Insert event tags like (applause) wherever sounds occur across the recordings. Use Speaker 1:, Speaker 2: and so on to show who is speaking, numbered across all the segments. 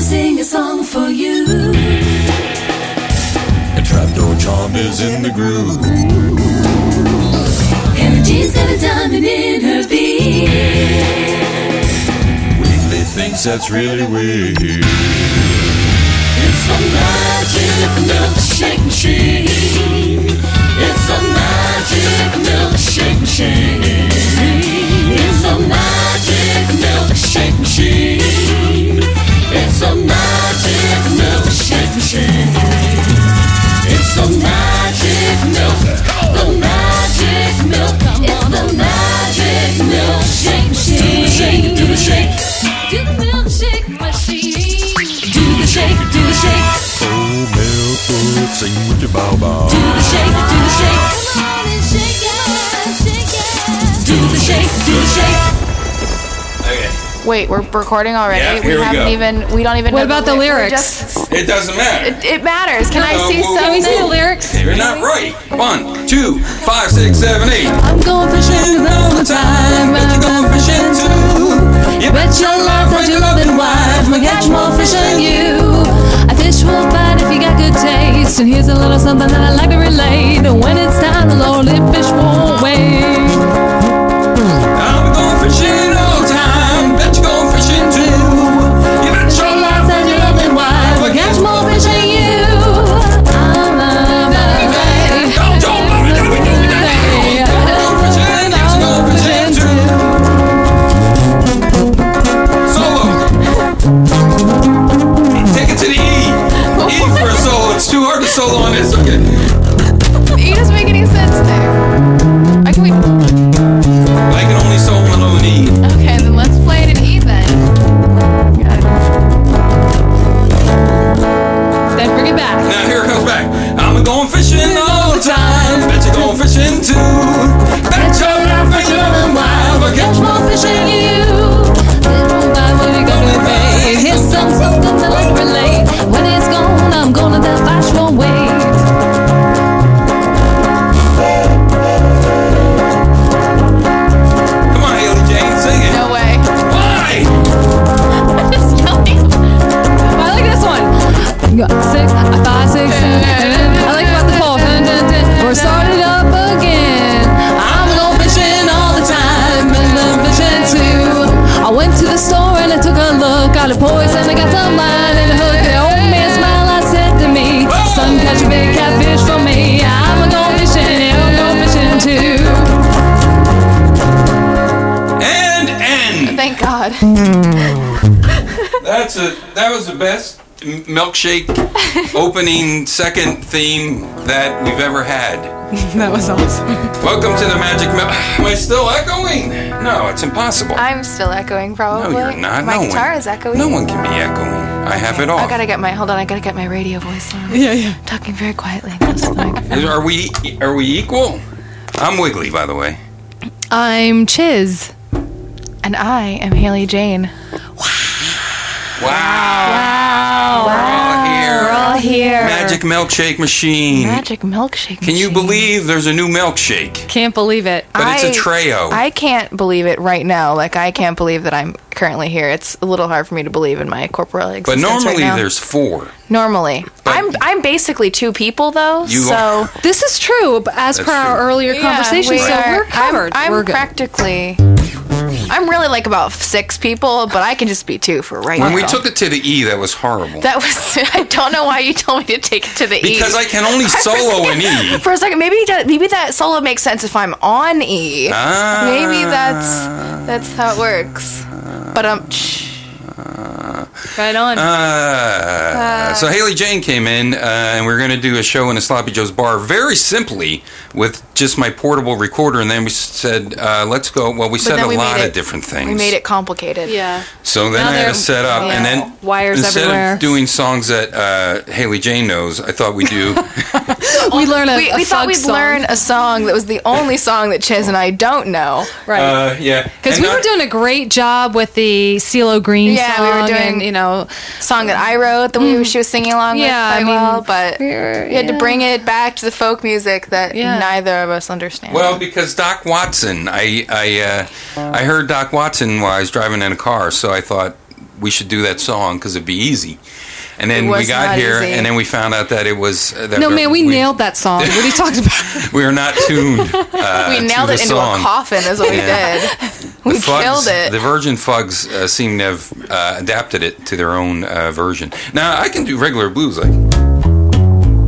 Speaker 1: sing a song for you.
Speaker 2: A trapdoor chomp is in the groove.
Speaker 1: Energy's got a diamond in her beat.
Speaker 2: Wiggly thinks that's really weird.
Speaker 1: It's the magic milkshake machine. It's the magic milkshake machine. It's the magic milkshake machine. It's the magic milkshake machine. It's the magic milk. The magic milk. It's the magic milkshake machine. Do the shake. Do the shake. Do the milkshake machine. Do the shake, do the shake,
Speaker 2: Oh, milk, oh, sing with your bow bow.
Speaker 1: do the shake, do the shake. Do the shake, do the shake.
Speaker 3: Okay.
Speaker 4: Wait, we're recording already.
Speaker 3: Yeah,
Speaker 4: we
Speaker 3: here we
Speaker 4: haven't
Speaker 3: go.
Speaker 4: even. We don't even.
Speaker 5: What
Speaker 4: know
Speaker 5: about the
Speaker 4: ly- we're
Speaker 5: lyrics?
Speaker 4: just-
Speaker 3: It doesn't matter.
Speaker 4: it matters. Can I
Speaker 3: No,
Speaker 4: see
Speaker 3: well,
Speaker 4: some?
Speaker 5: Can we see the lyrics?
Speaker 3: You're not right. One, two, five, six, seven, eight.
Speaker 5: I'm going fishing all the time, and I'm going fishing too. You bet your life that your loving wife will catch more fish than you. A fish will bite if you got good taste, and here's a little something that I like to relate. When it's time, the lonely fish won't wait.
Speaker 3: I'm going fishing all the time. Bet you're going fishing too. You bet your life that you love it.
Speaker 5: wife will catch more fish than you. I'm a bad guy.
Speaker 4: (laughs)
Speaker 3: Don't, don't, don't, don't, don't, don't, don't. Go fishing, bet you go fishing too. Solo. Take it to the E. E for a solo. It's too hard to solo on this. Okay.
Speaker 4: It doesn't make any sense there. Or can we?
Speaker 3: I can only solo on an E.
Speaker 4: Okay, then let's play it in E then.
Speaker 5: Then bring it back.
Speaker 3: Now here it comes back. I'm going fishing all the time. Bet you're going fishing too. Bet your life ain't loving wild. But guess
Speaker 5: Catch
Speaker 3: what?
Speaker 5: more fish than you. Little by what you gonna pay. Here's some something that I relate. When it's gone, I'm gonna that fish won't wait.
Speaker 3: Come on, Haley Jane, sing it.
Speaker 4: No way.
Speaker 3: Why?
Speaker 5: I like this one. Six, five, six. I like about the fourth. We're started up again. I'm going fishing all the time, and I'm fishing too. I went to the store and I took a look. Got a poise and I got some line and a hook. The old man smiled. I said to me, "Son, catch a big catfish for me. I'm going fishing. I'm going fishing too."
Speaker 3: And end.
Speaker 4: Thank God.
Speaker 3: That's a. That was the best m- milkshake opening second theme that we've ever had.
Speaker 5: That was awesome.
Speaker 3: Welcome to the magic. Mil- Am I still echoing? No, it's impossible.
Speaker 4: I'm still echoing
Speaker 3: no,
Speaker 4: probably.
Speaker 3: you're not.
Speaker 4: My
Speaker 3: no
Speaker 4: guitar
Speaker 3: one,
Speaker 4: is echoing.
Speaker 3: No one can be echoing. I have it all.
Speaker 4: I gotta get my hold on. I gotta get my radio voice on.
Speaker 5: Yeah, yeah.
Speaker 4: Talking very quietly. into the microphone.
Speaker 3: Is- Are we are we equal? I'm Wiggly, by the way.
Speaker 5: I'm Chiz.
Speaker 4: and I am Haley Jane.
Speaker 3: Wow! Wow! We're all here.
Speaker 4: here.
Speaker 3: Magic milkshake machine.
Speaker 4: Magic milkshake.
Speaker 3: Can you
Speaker 4: machine.
Speaker 3: believe there's a new milkshake?
Speaker 5: Can't believe it.
Speaker 3: But it's a
Speaker 4: I-
Speaker 3: trio.
Speaker 4: I can't believe it right now. Like I can't believe that I'm currently here. It's a little hard for me to believe in my corporeal
Speaker 3: but
Speaker 4: existence. right
Speaker 3: normally
Speaker 4: now.
Speaker 3: there's four.
Speaker 4: normally.
Speaker 3: But-
Speaker 4: I'm I'm basically two people though.
Speaker 3: You
Speaker 4: so
Speaker 3: are-
Speaker 5: This is true, but as
Speaker 3: That's
Speaker 5: per our
Speaker 3: true.
Speaker 5: earlier
Speaker 4: Yeah,
Speaker 5: conversation,
Speaker 4: we
Speaker 5: so
Speaker 4: are-
Speaker 5: we're
Speaker 4: I'm-
Speaker 5: covered.
Speaker 4: I'm,
Speaker 5: we're good.
Speaker 4: practically. I'm really like about six people, but I can just be two for right
Speaker 3: When
Speaker 4: now.
Speaker 3: we took it to the E, that was horrible.
Speaker 4: that was (laughs) I don't know why you told me to take it to the E.
Speaker 3: because I can only solo an E.
Speaker 4: for a second, maybe that, maybe that solo makes sense if I'm on E.
Speaker 3: Ah.
Speaker 4: Maybe that's that's how it works. But um,
Speaker 5: right on.
Speaker 3: Uh, so Haley Jane came in, uh, and we are going to do a show in a Sloppy Joe's bar very simply with just my portable recorder. And then we said, uh, "Let's go." Well, we said
Speaker 4: then
Speaker 3: a
Speaker 4: we made
Speaker 3: lot
Speaker 4: it-
Speaker 3: of different things.
Speaker 4: we made it complicated.
Speaker 5: yeah.
Speaker 3: So then
Speaker 5: Now
Speaker 3: I had
Speaker 5: they're-
Speaker 3: to set up, and then
Speaker 5: Wires
Speaker 3: instead
Speaker 5: everywhere.
Speaker 3: of doing songs that uh, Haley Jane knows, I thought we'd do.
Speaker 5: We learn a,
Speaker 4: We,
Speaker 5: a
Speaker 4: we thought
Speaker 5: thug
Speaker 4: we'd
Speaker 5: song.
Speaker 4: learn a song that was the only song that Chiz and I don't know.
Speaker 5: right.
Speaker 3: uh, yeah,
Speaker 5: Because
Speaker 3: And
Speaker 5: we were
Speaker 3: I-
Speaker 5: doing a great job with the CeeLo Green
Speaker 4: Yeah, we were
Speaker 5: song
Speaker 4: doing-
Speaker 5: and, you know,
Speaker 4: Song that I wrote, that we, she was singing along
Speaker 5: Mm. Yeah,
Speaker 4: with
Speaker 5: I
Speaker 4: quite
Speaker 5: mean,
Speaker 4: well, but
Speaker 5: we were-
Speaker 4: we had to
Speaker 5: yeah.
Speaker 4: bring it back to the folk music that
Speaker 5: Yeah.
Speaker 4: neither of us understand.
Speaker 3: Well, because Doc Watson, I I uh, I heard Doc Watson while I was driving in a car, so I thought we should do that song because it'd be easy. And then
Speaker 4: It
Speaker 3: we
Speaker 4: was
Speaker 3: got
Speaker 4: not
Speaker 3: here,
Speaker 4: easy.
Speaker 3: and then we found out that it was uh, that
Speaker 5: No,
Speaker 3: that
Speaker 5: man, we, nailed that song. What are you talking about?
Speaker 3: We were not tuned. Uh,
Speaker 4: we nailed
Speaker 3: to
Speaker 4: it
Speaker 3: the
Speaker 4: into
Speaker 3: song.
Speaker 4: a coffin, is what
Speaker 3: Yeah.
Speaker 4: we did. (laughs) We
Speaker 3: (laughs) The Fugs-
Speaker 4: killed it.
Speaker 3: The Virgin Fugs uh, seem to have uh, adapted it to their own uh, version. Now I can do regular blues, like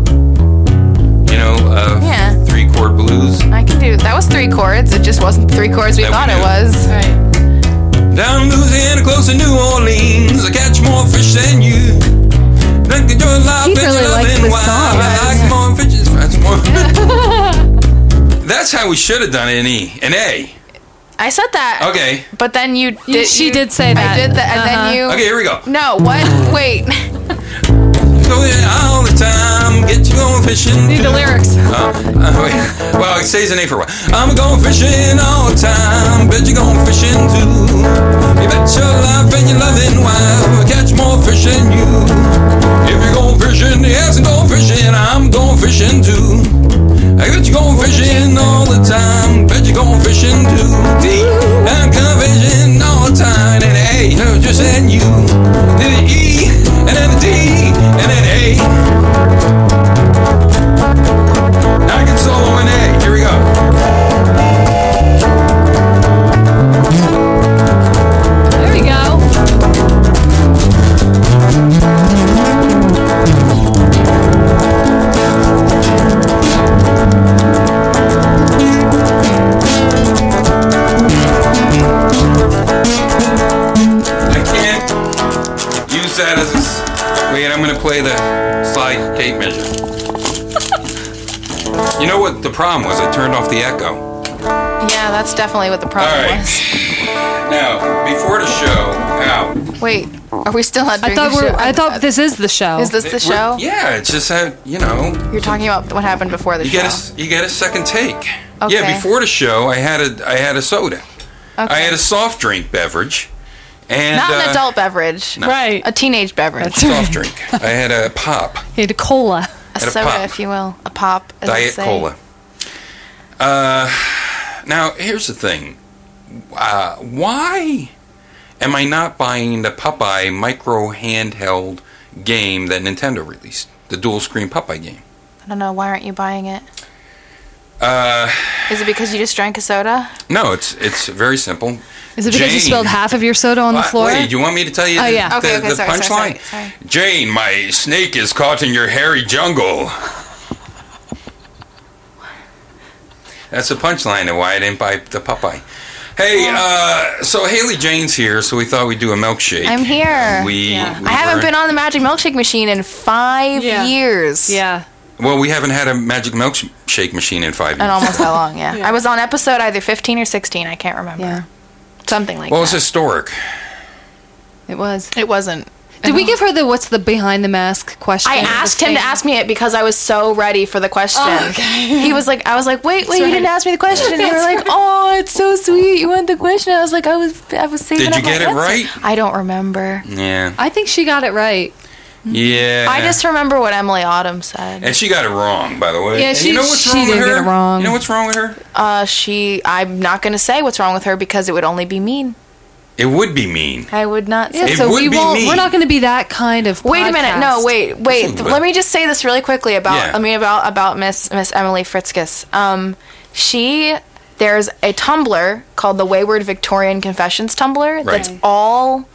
Speaker 3: you know, uh,
Speaker 4: Yeah.
Speaker 3: three chord blues.
Speaker 4: I can do that. Was three chords. It just wasn't three chords we
Speaker 3: That we
Speaker 4: thought
Speaker 3: knew.
Speaker 4: it was.
Speaker 6: Right.
Speaker 3: Down in Louisiana, close to New Orleans, I catch more fish than you. Drink the joy of life,
Speaker 5: He
Speaker 3: bitch,
Speaker 5: really
Speaker 3: love
Speaker 5: likes
Speaker 3: and
Speaker 5: this
Speaker 3: wine.
Speaker 5: song.
Speaker 3: I like more fishes. That's
Speaker 5: (laughs)
Speaker 3: more. (laughs) That's how we should have done an E, an A.
Speaker 4: I said that.
Speaker 3: Okay.
Speaker 4: But then you. (laughs) Did,
Speaker 5: You- she
Speaker 4: you-
Speaker 5: did say that.
Speaker 4: I did that, and
Speaker 5: Uh-huh.
Speaker 4: then you.
Speaker 3: Okay, here we go.
Speaker 4: No. What? Wait.
Speaker 3: So yeah, all the time, get you going fishing.
Speaker 5: Need the
Speaker 3: (laughs)
Speaker 5: lyrics.
Speaker 3: Uh, uh, wait. well, it stays in A for a while. I'm going fishing all the time. Bet you're going fishing too. You bet your life and your loving wife catch more fish than you. If you're going fishing, yes, I'm going fishing. I'm going fishing too. I bet you're going fishing all the time. Bet you're going fishing too. D, I'm going fishing all the time. And A, no, just and you. Then an E, and then a D, and then A. I can solo an A. Here we go.
Speaker 5: There we go.
Speaker 3: I can't use that as a. s- Wait, I'm gonna play the slide tape measure. you know what the problem was? I turned off the echo.
Speaker 4: Yeah, that's definitely what the
Speaker 3: All
Speaker 4: problem
Speaker 3: right. Now, before the show, now.
Speaker 4: was. Wait. Are we still on?
Speaker 5: I thought we're. I thought this is the show.
Speaker 4: Uh, Is this the
Speaker 3: it- we're-
Speaker 4: show?
Speaker 3: Yeah, it's just how you know.
Speaker 4: You're talking about what happened before the
Speaker 3: You
Speaker 4: show.
Speaker 3: get a s- you get a second take. Yeah,
Speaker 4: Okay.
Speaker 3: before the show, I had a I had a soda. I
Speaker 4: Okay.
Speaker 3: had a soft drink beverage, and
Speaker 4: Not an
Speaker 3: uh,
Speaker 4: adult beverage.
Speaker 5: Right.
Speaker 4: A teenage beverage.
Speaker 5: That's-
Speaker 3: soft drink. I had a pop.
Speaker 5: Hey, the cola.
Speaker 4: a
Speaker 3: At a
Speaker 4: soda,
Speaker 3: pop.
Speaker 4: if you will. A pop. as they
Speaker 3: Diet
Speaker 4: say.
Speaker 3: Cola. Uh, now, here's the thing. Uh, why am I not buying the Popeye micro handheld game that Nintendo released? The dual screen Popeye game.
Speaker 4: I don't know. Why aren't you buying it? Uh. Is it because you just drank a soda?
Speaker 3: No, it's it's very simple.
Speaker 5: Is it because you
Speaker 3: Jane.
Speaker 5: spilled half of your soda on the
Speaker 3: Uh,
Speaker 5: floor?
Speaker 3: Wait, you want me to tell you
Speaker 5: Oh,
Speaker 3: the,
Speaker 5: yeah.
Speaker 4: Okay,
Speaker 3: the,
Speaker 4: okay,
Speaker 3: the
Speaker 4: sorry, sorry,
Speaker 3: punchline?
Speaker 4: sorry, sorry.
Speaker 3: Jane, my snake is caught in your hairy jungle. That's the punchline of why I didn't buy the Popeye. Hey, uh, so Haley Jane's here, so we thought we'd do a milkshake.
Speaker 4: I'm here.
Speaker 3: We, we
Speaker 4: I haven't
Speaker 3: were-
Speaker 4: been on the magic milkshake machine in five
Speaker 5: Yeah.
Speaker 4: years.
Speaker 5: Yeah.
Speaker 3: Well, we haven't had a magic milkshake machine in five years.
Speaker 4: And almost that long, yeah. I was on episode either 15 or 16. I can't remember.
Speaker 5: Yeah.
Speaker 4: Something like
Speaker 3: well, it's
Speaker 4: that.
Speaker 3: historic.
Speaker 5: It was.
Speaker 4: it wasn't.
Speaker 5: Did we give her the what's the behind the mask question?
Speaker 4: I asked him to ask me it because I was so ready for the question.
Speaker 5: Oh, okay.
Speaker 4: He was like, I was like, wait, wait,
Speaker 5: right.
Speaker 4: you didn't ask me the question. And you were
Speaker 5: That's
Speaker 4: like,
Speaker 5: right.
Speaker 4: oh, it's so sweet. You want the question? I was like, I was, I was saving.
Speaker 3: Did you
Speaker 4: up my
Speaker 3: get it
Speaker 4: answer."
Speaker 3: right?
Speaker 4: I don't remember.
Speaker 3: Yeah.
Speaker 5: I think she got it right.
Speaker 3: Yeah.
Speaker 4: I just remember what Emily Autumn said.
Speaker 3: And she got it wrong, by the way.
Speaker 5: Yeah,
Speaker 3: And
Speaker 5: she-
Speaker 3: you know what's
Speaker 5: she
Speaker 3: wrong with
Speaker 5: did
Speaker 3: her?
Speaker 5: get it wrong.
Speaker 3: You know what's wrong with her?
Speaker 4: Uh, she, I'm not going to say what's wrong with her because it would only be mean.
Speaker 3: It would be mean.
Speaker 4: I would not say
Speaker 5: Yeah,
Speaker 3: It
Speaker 5: so we
Speaker 3: would be
Speaker 5: won't.
Speaker 3: me.
Speaker 5: We're not going to be that kind of.
Speaker 4: Wait a minute. No,
Speaker 5: podcast.
Speaker 4: wait, wait.
Speaker 3: Listen,
Speaker 4: Th-
Speaker 3: but-
Speaker 4: let me just say this really quickly about
Speaker 3: Yeah.
Speaker 4: I mean about about Miss Miss Emily Fritzkus. Um, she there's a Tumblr called the Wayward Victorian Confessions Tumblr that's
Speaker 3: Right.
Speaker 4: all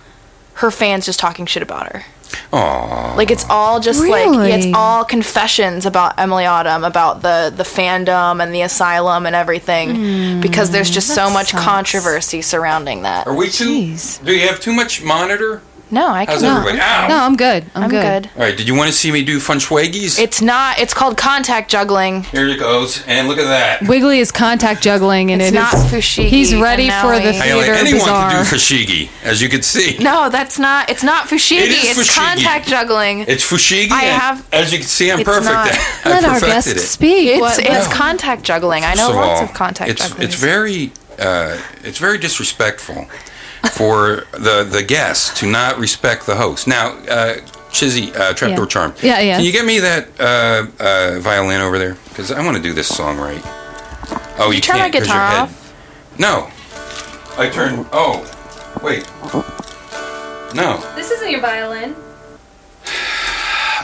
Speaker 4: her fans just talking shit about her.
Speaker 3: Aww.
Speaker 4: Like it's all just like yeah,
Speaker 5: Really?
Speaker 4: it's all confessions about Emily Autumn, about the the fandom and the asylum and everything, because there's just so
Speaker 5: Hmm. that
Speaker 4: much
Speaker 5: sucks.
Speaker 4: controversy surrounding that.
Speaker 3: Are we too?
Speaker 5: Jeez.
Speaker 3: Do you have too much monitor?
Speaker 4: No, I
Speaker 3: How's
Speaker 4: can.
Speaker 5: No,
Speaker 3: everybody? Ow.
Speaker 5: I'm, no, I'm good. I'm,
Speaker 4: I'm
Speaker 5: good.
Speaker 4: good.
Speaker 3: All right. Did you want to see me do funchwaggies?
Speaker 4: It's not. It's called contact juggling.
Speaker 3: Here it goes. And look at that.
Speaker 5: Wiggly is contact juggling, and
Speaker 4: It's
Speaker 5: it
Speaker 4: not
Speaker 5: is-
Speaker 4: fushigi
Speaker 5: He's ready
Speaker 4: and
Speaker 5: for the
Speaker 4: maui.
Speaker 3: Hey, like,
Speaker 5: theater
Speaker 3: anyone
Speaker 5: bizarre.
Speaker 3: can do fushigi, as you can see.
Speaker 4: No, that's not. It's not fushigi.
Speaker 3: It is
Speaker 4: it's
Speaker 3: fushigi.
Speaker 4: contact juggling. It's
Speaker 3: It's fushigi.
Speaker 4: I
Speaker 3: and
Speaker 4: have-
Speaker 3: As you can see, I'm
Speaker 4: it's
Speaker 3: perfect.
Speaker 4: not. (laughs)
Speaker 3: at- I
Speaker 5: Let our guest
Speaker 3: perfected it.
Speaker 5: speak.
Speaker 4: it's,
Speaker 5: What-
Speaker 4: contact juggling. I know
Speaker 3: First
Speaker 4: lots
Speaker 3: all,
Speaker 4: of contact
Speaker 3: it's,
Speaker 4: juggling.
Speaker 3: It's very, uh, it's very disrespectful for the the guest to not respect the host. Now, uh, Chizzy, uh, Trapdoor
Speaker 5: Yeah.
Speaker 3: Charm.
Speaker 5: Yeah, yeah.
Speaker 3: Can you get me that uh, uh, violin over there? Because I want to do this song right. Oh, you,
Speaker 4: turn my
Speaker 3: can't 'cause your
Speaker 4: guitar
Speaker 3: head.
Speaker 4: off?
Speaker 3: No, I turn. Oh, wait. No.
Speaker 5: This isn't your violin.
Speaker 3: (sighs)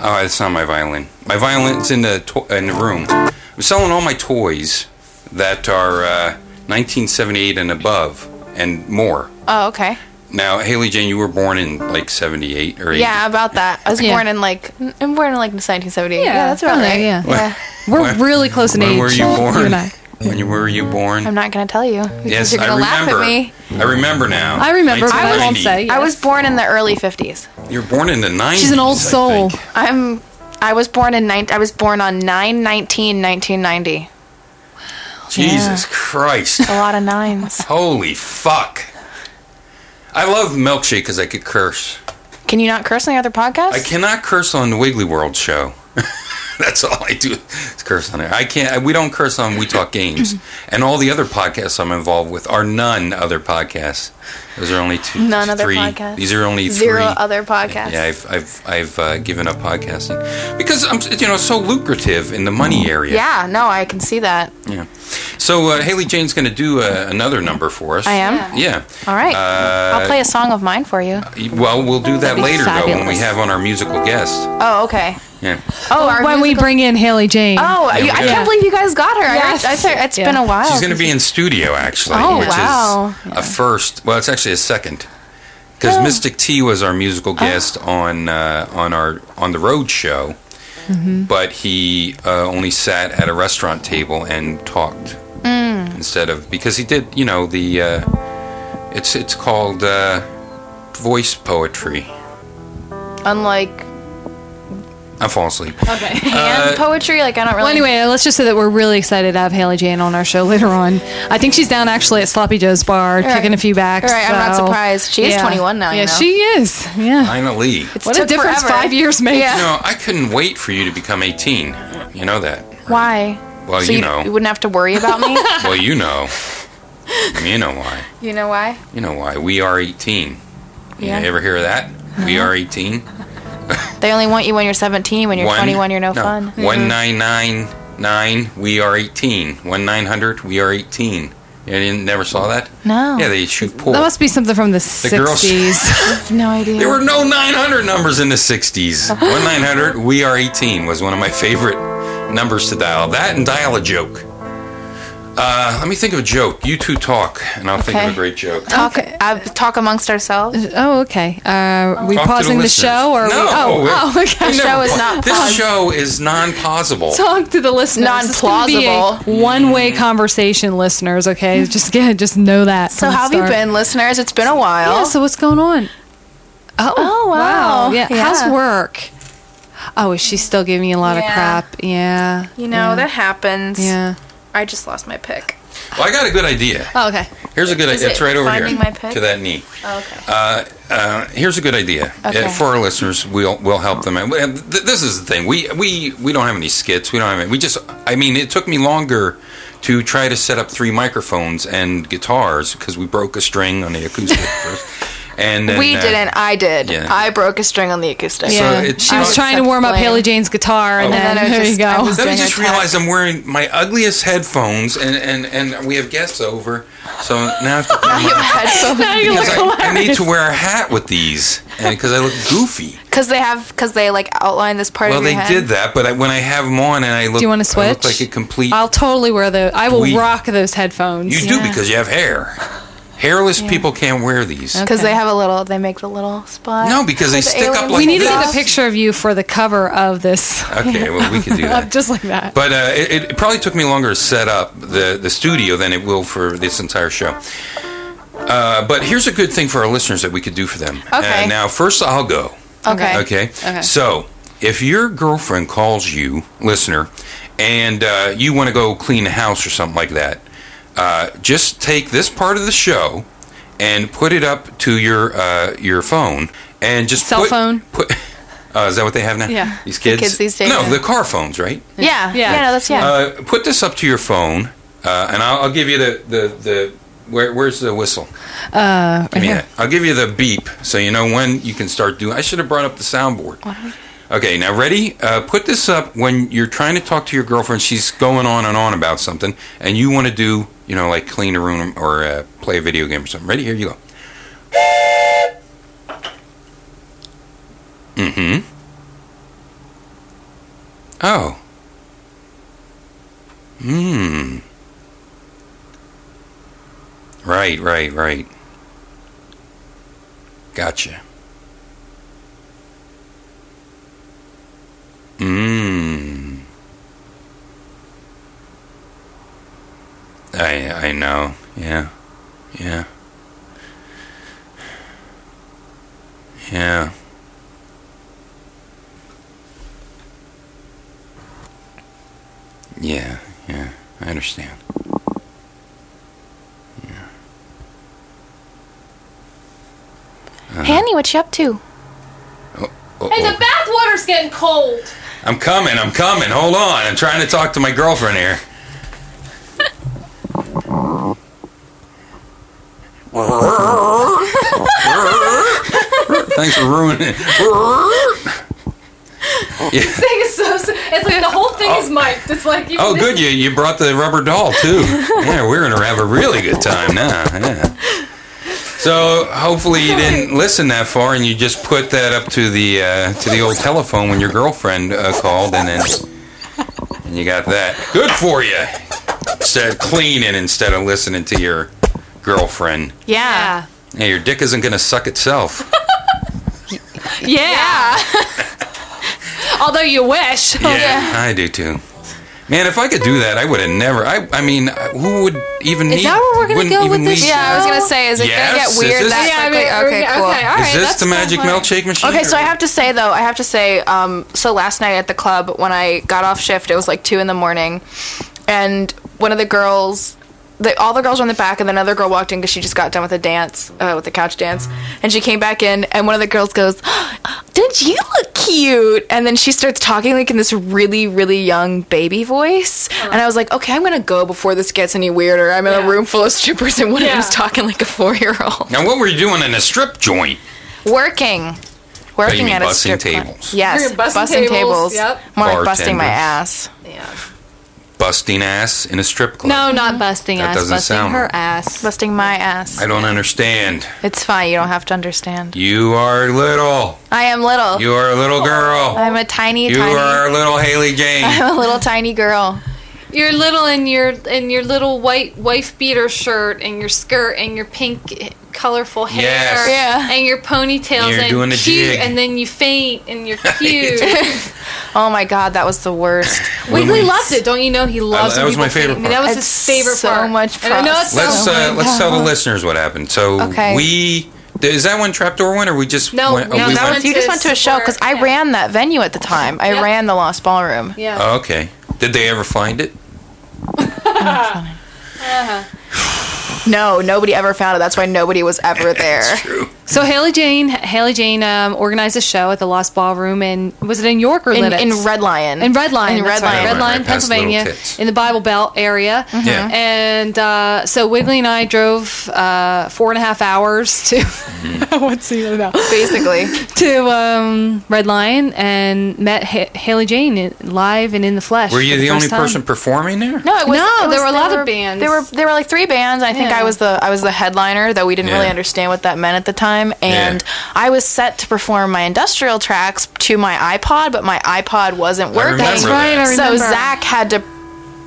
Speaker 3: Oh, it's not my violin. My violin's in the to- in the room. I'm selling all my toys that are uh, 1978 and above and more.
Speaker 4: Oh, okay.
Speaker 3: Now, Haley Jane, you were born in like 78 or 80.
Speaker 4: Yeah, about that. I was
Speaker 5: Yeah.
Speaker 4: born in like I'm born in like 1978.
Speaker 5: Yeah,
Speaker 4: Yeah, that's about
Speaker 5: around there,
Speaker 4: right.
Speaker 5: yeah.
Speaker 4: yeah.
Speaker 5: We're
Speaker 3: Where-
Speaker 5: really close in
Speaker 3: When
Speaker 5: age.
Speaker 3: were you born?
Speaker 5: and I.
Speaker 3: When you were you born?
Speaker 4: I'm not gonna tell you. because
Speaker 3: yes,
Speaker 4: you're
Speaker 3: I
Speaker 4: gonna laugh
Speaker 3: remember.
Speaker 4: at me.
Speaker 3: I remember now.
Speaker 5: I remember, but I won't
Speaker 3: 1990.
Speaker 5: say.
Speaker 4: I
Speaker 5: Yes.
Speaker 4: was born in the early 50s.
Speaker 3: You were born in the 90s.
Speaker 5: She's an old
Speaker 3: I
Speaker 5: soul.
Speaker 3: think.
Speaker 4: I'm. I was born in nine. I was born on 9 19 1990.
Speaker 3: Jesus Christ.
Speaker 4: A lot of
Speaker 5: (laughs)
Speaker 4: nines.
Speaker 3: Holy fuck. I love Milkshake because I could curse.
Speaker 4: Can you not curse on the other podcast?
Speaker 3: I cannot curse on the Wiggly World show. (laughs) That's all I do is curse on there. I can't. I, we don't curse on We
Speaker 4: (laughs)
Speaker 3: Talk Games, and all the other podcasts I'm involved with are none other podcasts. Those are only two,
Speaker 4: None other
Speaker 3: three.
Speaker 4: podcasts.
Speaker 3: These are only
Speaker 4: Zero
Speaker 3: three.
Speaker 4: other podcasts.
Speaker 3: Yeah, I've I've, I've uh, given up podcasting because I'm you know so lucrative in the money area.
Speaker 4: Mm. Yeah, no, I can see that.
Speaker 3: Yeah. So uh, Haley Jane's going to do uh, another number for us.
Speaker 4: I am.
Speaker 3: Yeah.
Speaker 4: All right. I'll
Speaker 3: Uh,
Speaker 4: play a song of mine for you.
Speaker 3: Well, we'll do
Speaker 5: That'd
Speaker 3: that
Speaker 5: be
Speaker 3: later though when we
Speaker 5: fabulous.
Speaker 3: have on our musical guest.
Speaker 4: Oh, okay.
Speaker 3: Yeah.
Speaker 4: Oh, our
Speaker 5: when we
Speaker 4: musical-
Speaker 5: bring in Haley Jane.
Speaker 4: Oh,
Speaker 3: Yeah,
Speaker 4: you-
Speaker 3: we
Speaker 4: I
Speaker 3: gotta-
Speaker 4: can't believe you guys got her.
Speaker 5: Yes.
Speaker 4: I, I, said- it's
Speaker 5: Yeah.
Speaker 4: been a while.
Speaker 3: She's going to be in studio actually,
Speaker 4: Oh,
Speaker 3: which
Speaker 4: wow. Oh.
Speaker 3: is a first. Well, it's actually a second because Mystic T was our musical guest on uh, on our on the road show,
Speaker 4: Mm-hmm.
Speaker 3: but he uh, only sat at a restaurant table and talked
Speaker 4: Mm.
Speaker 3: instead of because he did you know the uh, it's it's called uh, voice poetry.
Speaker 4: unlike
Speaker 3: I'm falling asleep. uh,
Speaker 5: okay.
Speaker 4: hand poetry. Like I don't really.
Speaker 5: Well, anyway, let's just say that we're really excited to have Haley Jane on our show later on. I think she's down actually at Sloppy Joe's bar,
Speaker 4: right.
Speaker 5: kicking a few backs.
Speaker 4: All right, I'm not
Speaker 5: so-
Speaker 4: surprised. She is 21 now, you
Speaker 5: Yeah,
Speaker 4: know.
Speaker 5: she is. Yeah.
Speaker 3: Finally.
Speaker 5: What a
Speaker 4: took
Speaker 5: difference
Speaker 4: forever.
Speaker 5: five years makes.
Speaker 4: Yeah.
Speaker 3: you know, I couldn't wait for you to become 18. You know that.
Speaker 4: Why?
Speaker 3: Well,
Speaker 4: so
Speaker 3: you
Speaker 4: you,
Speaker 3: know.
Speaker 4: (laughs) you wouldn't have to worry about
Speaker 5: (laughs)
Speaker 4: me.
Speaker 3: Well, you know. You know why.
Speaker 4: you know why?
Speaker 3: You know why? We are 18.
Speaker 4: Yeah.
Speaker 3: You ever hear that? We are 18.
Speaker 4: They only want you when you're 17. When you're 21, you're no, fun. Mm-hmm.
Speaker 3: 1999, we are 18. 1900, we are 18. You didn't, never saw that?
Speaker 4: No.
Speaker 3: Yeah, they shoot pool.
Speaker 5: That must be something from the,
Speaker 3: (laughs)
Speaker 5: 60s.
Speaker 4: I have no idea.
Speaker 3: there were no 900 numbers in the
Speaker 4: (laughs)
Speaker 3: 60s. 1900, we are 18 was one of my favorite numbers to dial. That and dial a joke. Uh, let me think of a joke. You two talk, and I'll think of
Speaker 4: Okay.
Speaker 3: a great joke.
Speaker 4: talk.
Speaker 5: Okay.
Speaker 4: Uh, talk amongst ourselves.
Speaker 5: oh, okay. Uh, are we
Speaker 3: Talk to
Speaker 5: pausing the,
Speaker 3: listeners.
Speaker 5: show? Or are
Speaker 3: no,
Speaker 5: we, oh, oh,
Speaker 3: we-
Speaker 5: okay.
Speaker 3: we never
Speaker 4: show is
Speaker 3: pla-
Speaker 4: not
Speaker 3: This
Speaker 4: paused.
Speaker 3: show is non-pausable.
Speaker 5: Talk to the listeners. This is gonna be a
Speaker 4: Non-plausible. Hmm.
Speaker 5: One-way conversation, listeners. Okay, just get, just know that.
Speaker 4: So
Speaker 5: from the
Speaker 4: how have you
Speaker 5: start.
Speaker 4: been, listeners? It's been a while.
Speaker 5: Yeah, so what's going on? Oh,
Speaker 4: Oh, wow.
Speaker 5: Yeah.
Speaker 4: Yeah.
Speaker 5: How's work? Oh, is she still giving you a lot
Speaker 4: Yeah.
Speaker 5: of crap? Yeah.
Speaker 4: you know that happens.
Speaker 5: Yeah.
Speaker 4: I just lost my pick.
Speaker 3: Well, I got a good idea.
Speaker 5: Oh, okay.
Speaker 3: Here's a good
Speaker 4: Is
Speaker 3: idea. It's
Speaker 4: it
Speaker 3: right over here
Speaker 4: finding my pick?
Speaker 3: to that knee.
Speaker 4: Oh, okay.
Speaker 3: Uh, uh, here's a good idea Uh,
Speaker 4: Okay.
Speaker 3: for our listeners. We'll we'll help them. And th- this is the thing. We we we don't have any skits. We don't have any. We just. I mean, it took me longer to try to set up three microphones and guitars because we broke a string on the
Speaker 4: (laughs)
Speaker 3: acoustic first. And then,
Speaker 4: we
Speaker 3: uh,
Speaker 4: didn't. I did.
Speaker 3: yeah.
Speaker 4: I broke a string on the acoustic. (laughs)
Speaker 5: yeah.
Speaker 3: Uh, it's
Speaker 5: she was
Speaker 3: not-
Speaker 5: trying to warm up
Speaker 4: Except
Speaker 5: Haley
Speaker 4: playing.
Speaker 5: Jane's guitar, and,
Speaker 3: Oh.
Speaker 5: then,
Speaker 4: And then I
Speaker 5: there
Speaker 4: was
Speaker 5: you
Speaker 4: just- I
Speaker 5: go. (laughs)
Speaker 4: was-
Speaker 3: Then I
Speaker 4: During
Speaker 3: just
Speaker 4: our time.
Speaker 3: realized I'm wearing my ugliest headphones, and, and, and we have guests over, so now I have to
Speaker 4: (laughs)
Speaker 3: put on my-
Speaker 5: (laughs) Now you look
Speaker 3: because I, I need
Speaker 5: hilarious.
Speaker 3: to wear a hat with these, and because I look goofy.
Speaker 4: Because they have. Because they like outline this part
Speaker 3: Well,
Speaker 4: of your
Speaker 3: they
Speaker 4: head.
Speaker 3: did that, but I, when I have them on and I look,
Speaker 5: Do you want to
Speaker 3: I look
Speaker 5: switch?
Speaker 3: like a complete.
Speaker 5: I'll totally wear those. I will
Speaker 3: Dweeb.
Speaker 5: rock those headphones.
Speaker 3: you
Speaker 4: yeah.
Speaker 3: do because you have hair. Hairless people can't wear these.
Speaker 4: Because
Speaker 5: Okay.
Speaker 4: they have a little. They make the little spot.
Speaker 3: No, because they
Speaker 4: With the
Speaker 3: stick up
Speaker 4: aliens.
Speaker 3: like.
Speaker 5: we need to
Speaker 3: this.
Speaker 5: get a picture of you for the cover of
Speaker 3: (laughs)
Speaker 5: this,
Speaker 3: Okay, well, we can
Speaker 5: (laughs)
Speaker 3: do that.
Speaker 5: just like that.
Speaker 3: But uh, it, it probably took me longer to set up the, the studio than it will for this entire show. Uh, but here's a good thing for our listeners that we could do for them.
Speaker 4: Okay.
Speaker 3: Uh, now, first I'll go.
Speaker 4: Okay.
Speaker 3: Okay.
Speaker 5: Okay.
Speaker 3: So, if your girlfriend calls you, listener, and uh, you want to go clean the house or something like that, uh, just take this part of the show and put it up to your uh, your phone and just
Speaker 5: Cell
Speaker 3: put-
Speaker 5: phone?
Speaker 3: Put. (laughs) Uh, is that what they have now?
Speaker 5: Yeah.
Speaker 3: These kids.
Speaker 4: kids these days,
Speaker 3: No,
Speaker 4: yeah.
Speaker 3: the car phones, right?
Speaker 4: Yeah.
Speaker 5: Yeah.
Speaker 4: Yeah. no, that's yeah.
Speaker 3: Uh, put this up to your phone, uh, and I'll, I'll give you the the, the where, where's the whistle?
Speaker 5: Uh,
Speaker 3: Give me that. I'll give you the beep so you know when you can start doing. I should have brought up the soundboard. Okay, now ready? Uh, put this up when you're trying to talk to your girlfriend. She's going on and on about something, and you want to do, you know, like clean a room or uh, play a video game or something. Ready? Here you go. Mm Mm-hmm. Oh. Hmm. Right, right, right. Gotcha. Mmm. I I know. Yeah. Yeah. Yeah. Yeah, yeah. I understand.
Speaker 4: Hey, Annie, what you up to?
Speaker 3: Oh,
Speaker 6: Hey,
Speaker 3: oh.
Speaker 6: the bathwater's getting cold.
Speaker 3: I'm coming, I'm coming. Hold on. I'm trying to talk to my girlfriend here. (laughs) Thanks for ruining it. yeah.
Speaker 6: Thing is so, it's like the whole thing is mic'd. It's like even
Speaker 3: Oh,
Speaker 6: this-
Speaker 3: good. You, you brought the rubber doll,
Speaker 7: (laughs)
Speaker 3: too. Yeah, we're going to have a really good time now. Yeah. So hopefully you didn't listen that far, and you just put that up to the uh, to the old telephone when your girlfriend uh, called, and then and you got that. Good for you. Instead of cleaning instead of listening to your girlfriend.
Speaker 4: Yeah.
Speaker 3: Yeah, your dick isn't gonna suck itself.
Speaker 7: (laughs)
Speaker 5: Yeah. (laughs) Although you wish.
Speaker 3: (laughs)
Speaker 7: Oh,
Speaker 3: yeah, I do too. Man, if I could do that, I would have never. I, I mean, who would even need?
Speaker 7: Is that where we're gonna
Speaker 3: wouldn't
Speaker 7: go with
Speaker 3: even
Speaker 7: this
Speaker 3: need-
Speaker 7: show?
Speaker 4: I was gonna say, is it
Speaker 3: Uh-huh. Yes, is
Speaker 4: gonna get weird
Speaker 3: this-
Speaker 4: that
Speaker 3: Yeah,
Speaker 4: quickly?
Speaker 7: okay, cool.
Speaker 5: all
Speaker 3: Is this the magic milkshake machine?
Speaker 4: Okay, so
Speaker 3: or-
Speaker 4: I have to say though, I have to say, um, so last night at the club when I got off shift, it was like two in the morning, and one of the girls, the, all the girls were in the back, and then another girl walked in because she just got done with a dance, uh, with the couch dance, and she came back in, and one of the girls goes, (gasps) "Did you look cute?" And then she starts talking like in this really, really young baby voice, and I was like, "Okay, I'm gonna go before this gets any weirder." I'm in a room full of strippers, and one of them's talking like a four year old
Speaker 3: Now, what were you doing in a strip joint?
Speaker 4: working
Speaker 3: Oh, you
Speaker 4: working
Speaker 3: mean
Speaker 4: at a strip
Speaker 3: bussing
Speaker 4: club.
Speaker 3: tables.
Speaker 4: yes
Speaker 6: You're bussing
Speaker 4: bussing
Speaker 6: tables,
Speaker 4: tables,
Speaker 6: yep.
Speaker 4: more like busting my
Speaker 3: Bartender.
Speaker 4: ass
Speaker 6: Yeah.
Speaker 3: Busting ass in a strip club.
Speaker 5: No, not busting
Speaker 3: That
Speaker 5: ass.
Speaker 3: doesn't
Speaker 5: busting
Speaker 3: sound
Speaker 5: her
Speaker 3: right.
Speaker 5: ass.
Speaker 4: busting my ass
Speaker 3: I don't understand.
Speaker 4: it's fine you don't have to understand
Speaker 3: You are little.
Speaker 4: i am little
Speaker 3: You are a little girl.
Speaker 4: i'm a tiny
Speaker 3: You
Speaker 4: tiny Oh
Speaker 3: are a little Haley
Speaker 4: (laughs)
Speaker 3: Jane.
Speaker 4: i'm a little tiny girl
Speaker 6: You're little in your in your little white wife beater shirt and your skirt and your pink colorful hair
Speaker 3: Yes.
Speaker 4: Yeah.
Speaker 6: and your ponytails
Speaker 3: You're
Speaker 6: and
Speaker 3: doing the
Speaker 6: cute
Speaker 3: jig.
Speaker 6: and then you faint and
Speaker 3: (laughs)
Speaker 6: you're cute.
Speaker 4: oh my god that was the
Speaker 3: (laughs)
Speaker 4: worst
Speaker 6: Wiggly loved it, don't you know? He loves.
Speaker 3: that
Speaker 6: when
Speaker 3: was my
Speaker 6: people
Speaker 3: favorite
Speaker 6: faint. I mean, That was
Speaker 4: It's
Speaker 6: his favorite
Speaker 4: so
Speaker 6: part.
Speaker 4: much
Speaker 6: And I know it
Speaker 4: process.
Speaker 3: Let's
Speaker 6: sounds
Speaker 3: uh,
Speaker 4: my
Speaker 3: let's tell the
Speaker 4: God.
Speaker 3: listeners what happened. So
Speaker 4: Okay.
Speaker 3: we is that one trapdoor one or we just
Speaker 6: No,
Speaker 3: went,
Speaker 6: no,
Speaker 3: we
Speaker 6: that
Speaker 3: went-
Speaker 6: one's-
Speaker 4: you just went to a show because i
Speaker 6: Yeah.
Speaker 4: ran that venue at the time i
Speaker 6: Yep.
Speaker 4: ran the lost ballroom
Speaker 6: Yeah.
Speaker 3: Oh, okay. Did they ever find it?
Speaker 4: no nobody ever found it that's why nobody was
Speaker 3: (laughs)
Speaker 4: ever there
Speaker 3: True.
Speaker 5: So Haley Jane, Haley Jane um, organized a show at the Lost Ballroom, and was it in York or
Speaker 4: in,
Speaker 5: Lenox?
Speaker 4: in red lion
Speaker 5: in Red Lion,
Speaker 4: in red Mm-hmm. lion
Speaker 5: that's right, Red
Speaker 3: Right, right,
Speaker 5: Lion,
Speaker 3: past Little
Speaker 5: Pennsylvania,
Speaker 3: Tits.
Speaker 5: in the Bible Belt area.
Speaker 3: Yeah.
Speaker 5: And uh, so Wiggly and I drove uh, four and a half hours to (laughs)
Speaker 3: Mm-hmm.
Speaker 5: what's he
Speaker 4: (laughs)
Speaker 5: about
Speaker 4: basically
Speaker 5: to um, Red Lion and met ha- Haley Jane in- live and in the flesh.
Speaker 3: Were
Speaker 5: for
Speaker 3: you the,
Speaker 5: first
Speaker 3: only
Speaker 5: time.
Speaker 3: person performing there?
Speaker 4: (laughs) No, it was,
Speaker 5: No,
Speaker 4: it was-
Speaker 5: there were a lot of
Speaker 4: were-
Speaker 5: bands.
Speaker 4: There were there were like three bands. I think
Speaker 5: Yeah.
Speaker 4: I was the I was the headliner, though we didn't
Speaker 3: Yeah.
Speaker 4: really understand what that meant at the time. And I was set to perform my industrial tracks to my iPod, but my iPod wasn't working.
Speaker 3: remember That's right, that. I
Speaker 4: So
Speaker 5: remember.
Speaker 4: Zach had to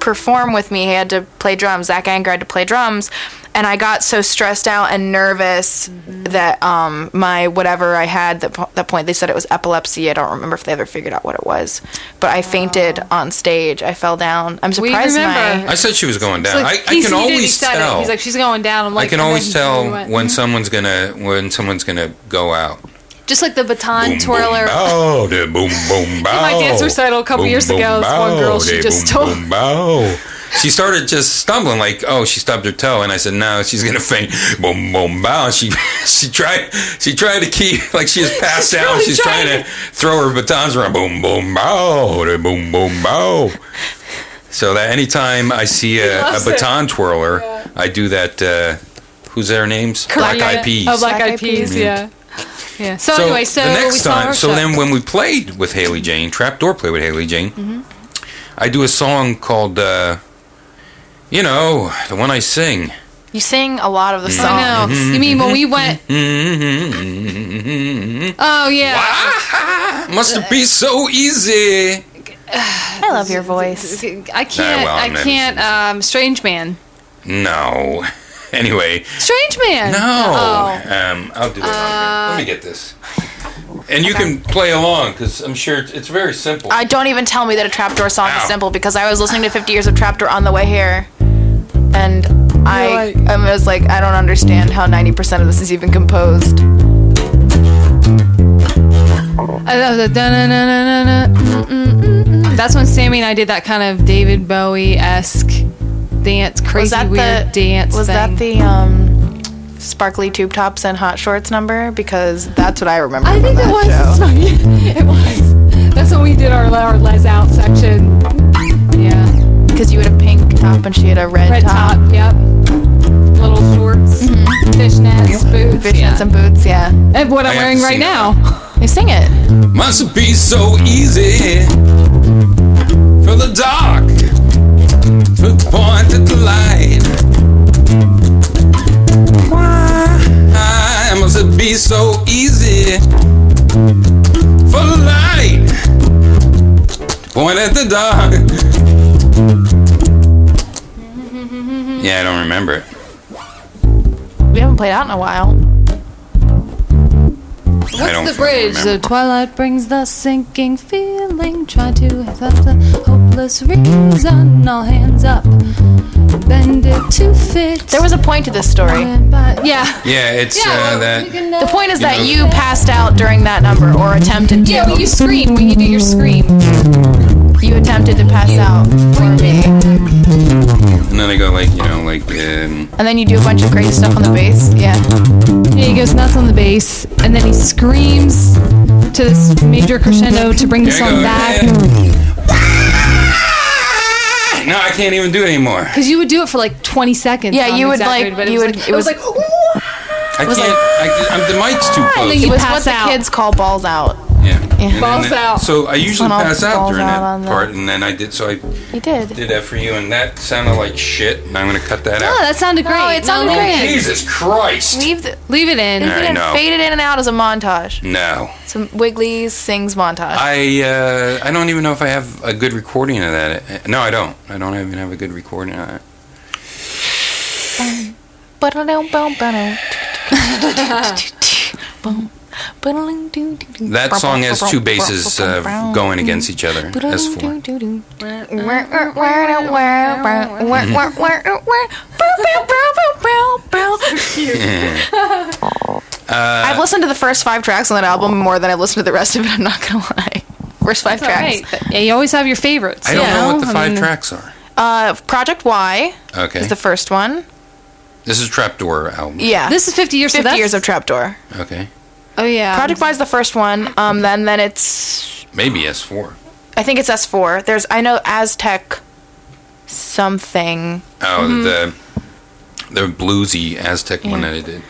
Speaker 4: perform with me. He had to play drums. Zach Anger had to play drums. And I got so stressed out and nervous that um, my whatever I had that po- that point they said it was epilepsy. I don't remember if they ever figured out what it was, but I fainted on stage. I fell down. I'm
Speaker 5: We
Speaker 4: surprised
Speaker 5: remember.
Speaker 4: my
Speaker 3: I said she was going down.
Speaker 5: Like,
Speaker 3: I, I
Speaker 5: he- he did,
Speaker 3: can
Speaker 5: he
Speaker 3: always
Speaker 5: said it.
Speaker 3: tell.
Speaker 5: He's like, she's going down. I'm like,
Speaker 3: I can
Speaker 5: and
Speaker 3: always
Speaker 5: then
Speaker 3: tell
Speaker 5: we went.
Speaker 3: when someone's gonna when someone's gonna go out.
Speaker 5: Just like the baton
Speaker 3: Boom,
Speaker 5: twirler.
Speaker 3: Boom, bow, da,
Speaker 5: (laughs)
Speaker 3: boom, boom, bow.
Speaker 5: my dance recital a couple years ago, this one girl, she
Speaker 3: da,
Speaker 5: just
Speaker 3: boom,
Speaker 5: told-
Speaker 3: boom, bow. She started just stumbling, like, oh, she stubbed her toe, and I said, no, she's gonna faint. Boom, boom, bow. She (laughs) she tried she tried to keep like she just passed out.
Speaker 5: really
Speaker 3: she's
Speaker 5: tried
Speaker 3: trying to throw her batons around. Boom, boom, bow, da, boom, boom, bow. So that anytime I see a, a
Speaker 5: loves it.
Speaker 3: baton twirler, I do that. Uh, who's their names? Black
Speaker 5: Korea-
Speaker 3: Eyed Peas. Mm-hmm.
Speaker 5: Oh, Black
Speaker 4: Black
Speaker 5: Eyed
Speaker 4: Eyed
Speaker 5: Peas.
Speaker 4: Peas.
Speaker 5: Yeah. Yeah. So,
Speaker 3: So
Speaker 5: Oh, anyway, so
Speaker 3: the next
Speaker 5: we saw
Speaker 3: time,
Speaker 5: her
Speaker 3: so
Speaker 5: show.
Speaker 3: then when we played with Haley Jane, trapdoor play with Haley Jane, I do a song called, uh, you know, the one I sing.
Speaker 4: You sing a lot of the song.
Speaker 5: I know. You mean when we went?
Speaker 3: Mm-hmm.
Speaker 5: Oh yeah.
Speaker 3: Must it be so easy?
Speaker 4: I love your voice.
Speaker 5: I can't.
Speaker 3: well, I
Speaker 5: I
Speaker 3: mean,
Speaker 5: can't. Um, Strange Man.
Speaker 3: No. (laughs) Anyway,
Speaker 5: Strange Man.
Speaker 3: no.
Speaker 5: Oh. Uh,
Speaker 3: Um, I'll do it. on here. Let me get this. And you can play along because I'm sure it's, it's very simple.
Speaker 4: I don't even tell me that a trapdoor song
Speaker 3: Ow.
Speaker 4: is simple because I was listening to 50 Years of Trapdoor on the way here, and I,
Speaker 8: You're
Speaker 4: I was like, I don't understand how 90% of this is even composed.
Speaker 5: I love the dun-dun-dun-dun-dun. Mm-mm-mm-mm. That's when Sammy and I did that kind of David Bowie esque dance, crazy
Speaker 4: that
Speaker 5: weird
Speaker 4: the-
Speaker 5: dance.
Speaker 4: Was
Speaker 5: thing.
Speaker 4: that the um, sparkly tube tops and hot shorts number? Because that's what I remember.
Speaker 8: I
Speaker 4: from
Speaker 8: think it
Speaker 4: that
Speaker 8: was.
Speaker 5: (laughs)
Speaker 4: show.
Speaker 8: It was. That's when we did our, our Les Out section. Yeah.
Speaker 4: Because you had a pink top and she had a red,
Speaker 8: Red
Speaker 4: top. Mm-hmm.
Speaker 8: top. Yep. Little shorts, fishnets, boots.
Speaker 4: Fishnets
Speaker 8: yeah.
Speaker 4: and boots, yeah.
Speaker 8: And what I'm
Speaker 3: I
Speaker 8: wearing right
Speaker 3: haven't seen
Speaker 8: now.
Speaker 3: that.
Speaker 4: They sing it.
Speaker 3: Must be so easy for the dark to point at the light. Why must it be so easy for the light to point at the dark? Yeah, I don't remember it.
Speaker 4: We haven't played out in a while.
Speaker 3: I
Speaker 5: What's
Speaker 3: don't
Speaker 5: the
Speaker 3: fucking
Speaker 5: bridge?
Speaker 3: remember.
Speaker 5: The twilight brings the sinking feeling. Try to help the hopeless reason. All hands up, bend it to fit.
Speaker 4: There was a point to this story.
Speaker 5: But Uh, yeah,
Speaker 3: Yeah, it's uh, that.
Speaker 4: The point is that
Speaker 3: You
Speaker 4: you passed out during that number or attempted to.
Speaker 5: Yeah, when you scream, when you do your scream.
Speaker 4: You attempted to pass out.
Speaker 3: And then I go like, you know, like. Um,
Speaker 4: And then you do a bunch of crazy stuff on the bass. Yeah.
Speaker 5: Yeah, he goes nuts on the bass, and then he screams to this major crescendo to bring the
Speaker 3: Here I
Speaker 5: song
Speaker 3: go.
Speaker 5: back.
Speaker 3: No, I can't even do it anymore.
Speaker 5: Because you would do it for like 20 seconds.
Speaker 4: Yeah,
Speaker 5: I'm
Speaker 4: you would,
Speaker 5: exaggerating,
Speaker 4: like-
Speaker 5: but it
Speaker 4: you
Speaker 5: was
Speaker 4: would-
Speaker 5: like,
Speaker 4: it
Speaker 5: it was
Speaker 4: was-
Speaker 5: like, "Ooh."
Speaker 3: I can't. I, I'm, the mic's too
Speaker 5: then
Speaker 3: close.
Speaker 5: you
Speaker 4: It was
Speaker 5: pass
Speaker 4: what the
Speaker 5: out.
Speaker 4: kids call balls out.
Speaker 3: Yeah. And then
Speaker 5: Balls
Speaker 3: it-
Speaker 5: out.
Speaker 3: So I usually
Speaker 4: When I'll
Speaker 3: pass out
Speaker 4: balls
Speaker 3: during
Speaker 4: out on
Speaker 3: that
Speaker 4: the-
Speaker 3: part, and then I did. So I
Speaker 4: You did.
Speaker 3: did that for you, and that sounded like shit. And I'm gonna cut that
Speaker 5: Oh,
Speaker 3: out.
Speaker 5: that sounded great.
Speaker 4: it sounded
Speaker 5: leave
Speaker 4: great.
Speaker 5: it
Speaker 3: Jesus Christ.
Speaker 4: Leave the.
Speaker 5: in. Leave it in.
Speaker 3: All right.
Speaker 4: Fade in,
Speaker 3: know.
Speaker 4: fade it in and out as a montage.
Speaker 3: No,
Speaker 4: Some Wiggly's sings montage.
Speaker 3: I uh, I don't even know if I have a good recording of that. Uh, No, I don't. I don't even have a good recording of that. (laughs) That
Speaker 4: That
Speaker 3: song has two basses uh, going against each other. That's four. Uh,
Speaker 4: I've listened to the first five tracks on that album
Speaker 3: oh.
Speaker 4: more than I've listened to the rest of it. I'm not gonna lie. First five
Speaker 5: All
Speaker 4: tracks.
Speaker 5: right. But, Yeah, you always have your favorites.
Speaker 3: (laughs) I don't
Speaker 5: you
Speaker 3: know what the
Speaker 5: I
Speaker 3: five
Speaker 5: mean,
Speaker 3: tracks are.
Speaker 4: Uh, Project Y
Speaker 3: Okay.
Speaker 4: is the first one.
Speaker 3: This is Trapdoor album.
Speaker 4: Yeah,
Speaker 5: This is 50 years. so
Speaker 4: 50
Speaker 5: that's-
Speaker 4: years of Trapdoor.
Speaker 3: Okay.
Speaker 5: Oh yeah.
Speaker 4: Project Y is the first one. Um, then then it's
Speaker 3: Maybe S4.
Speaker 4: I think it's S four. There's I know Aztec something,
Speaker 3: Oh, the
Speaker 4: Mm-hmm.
Speaker 3: the bluesy Aztec one that I did.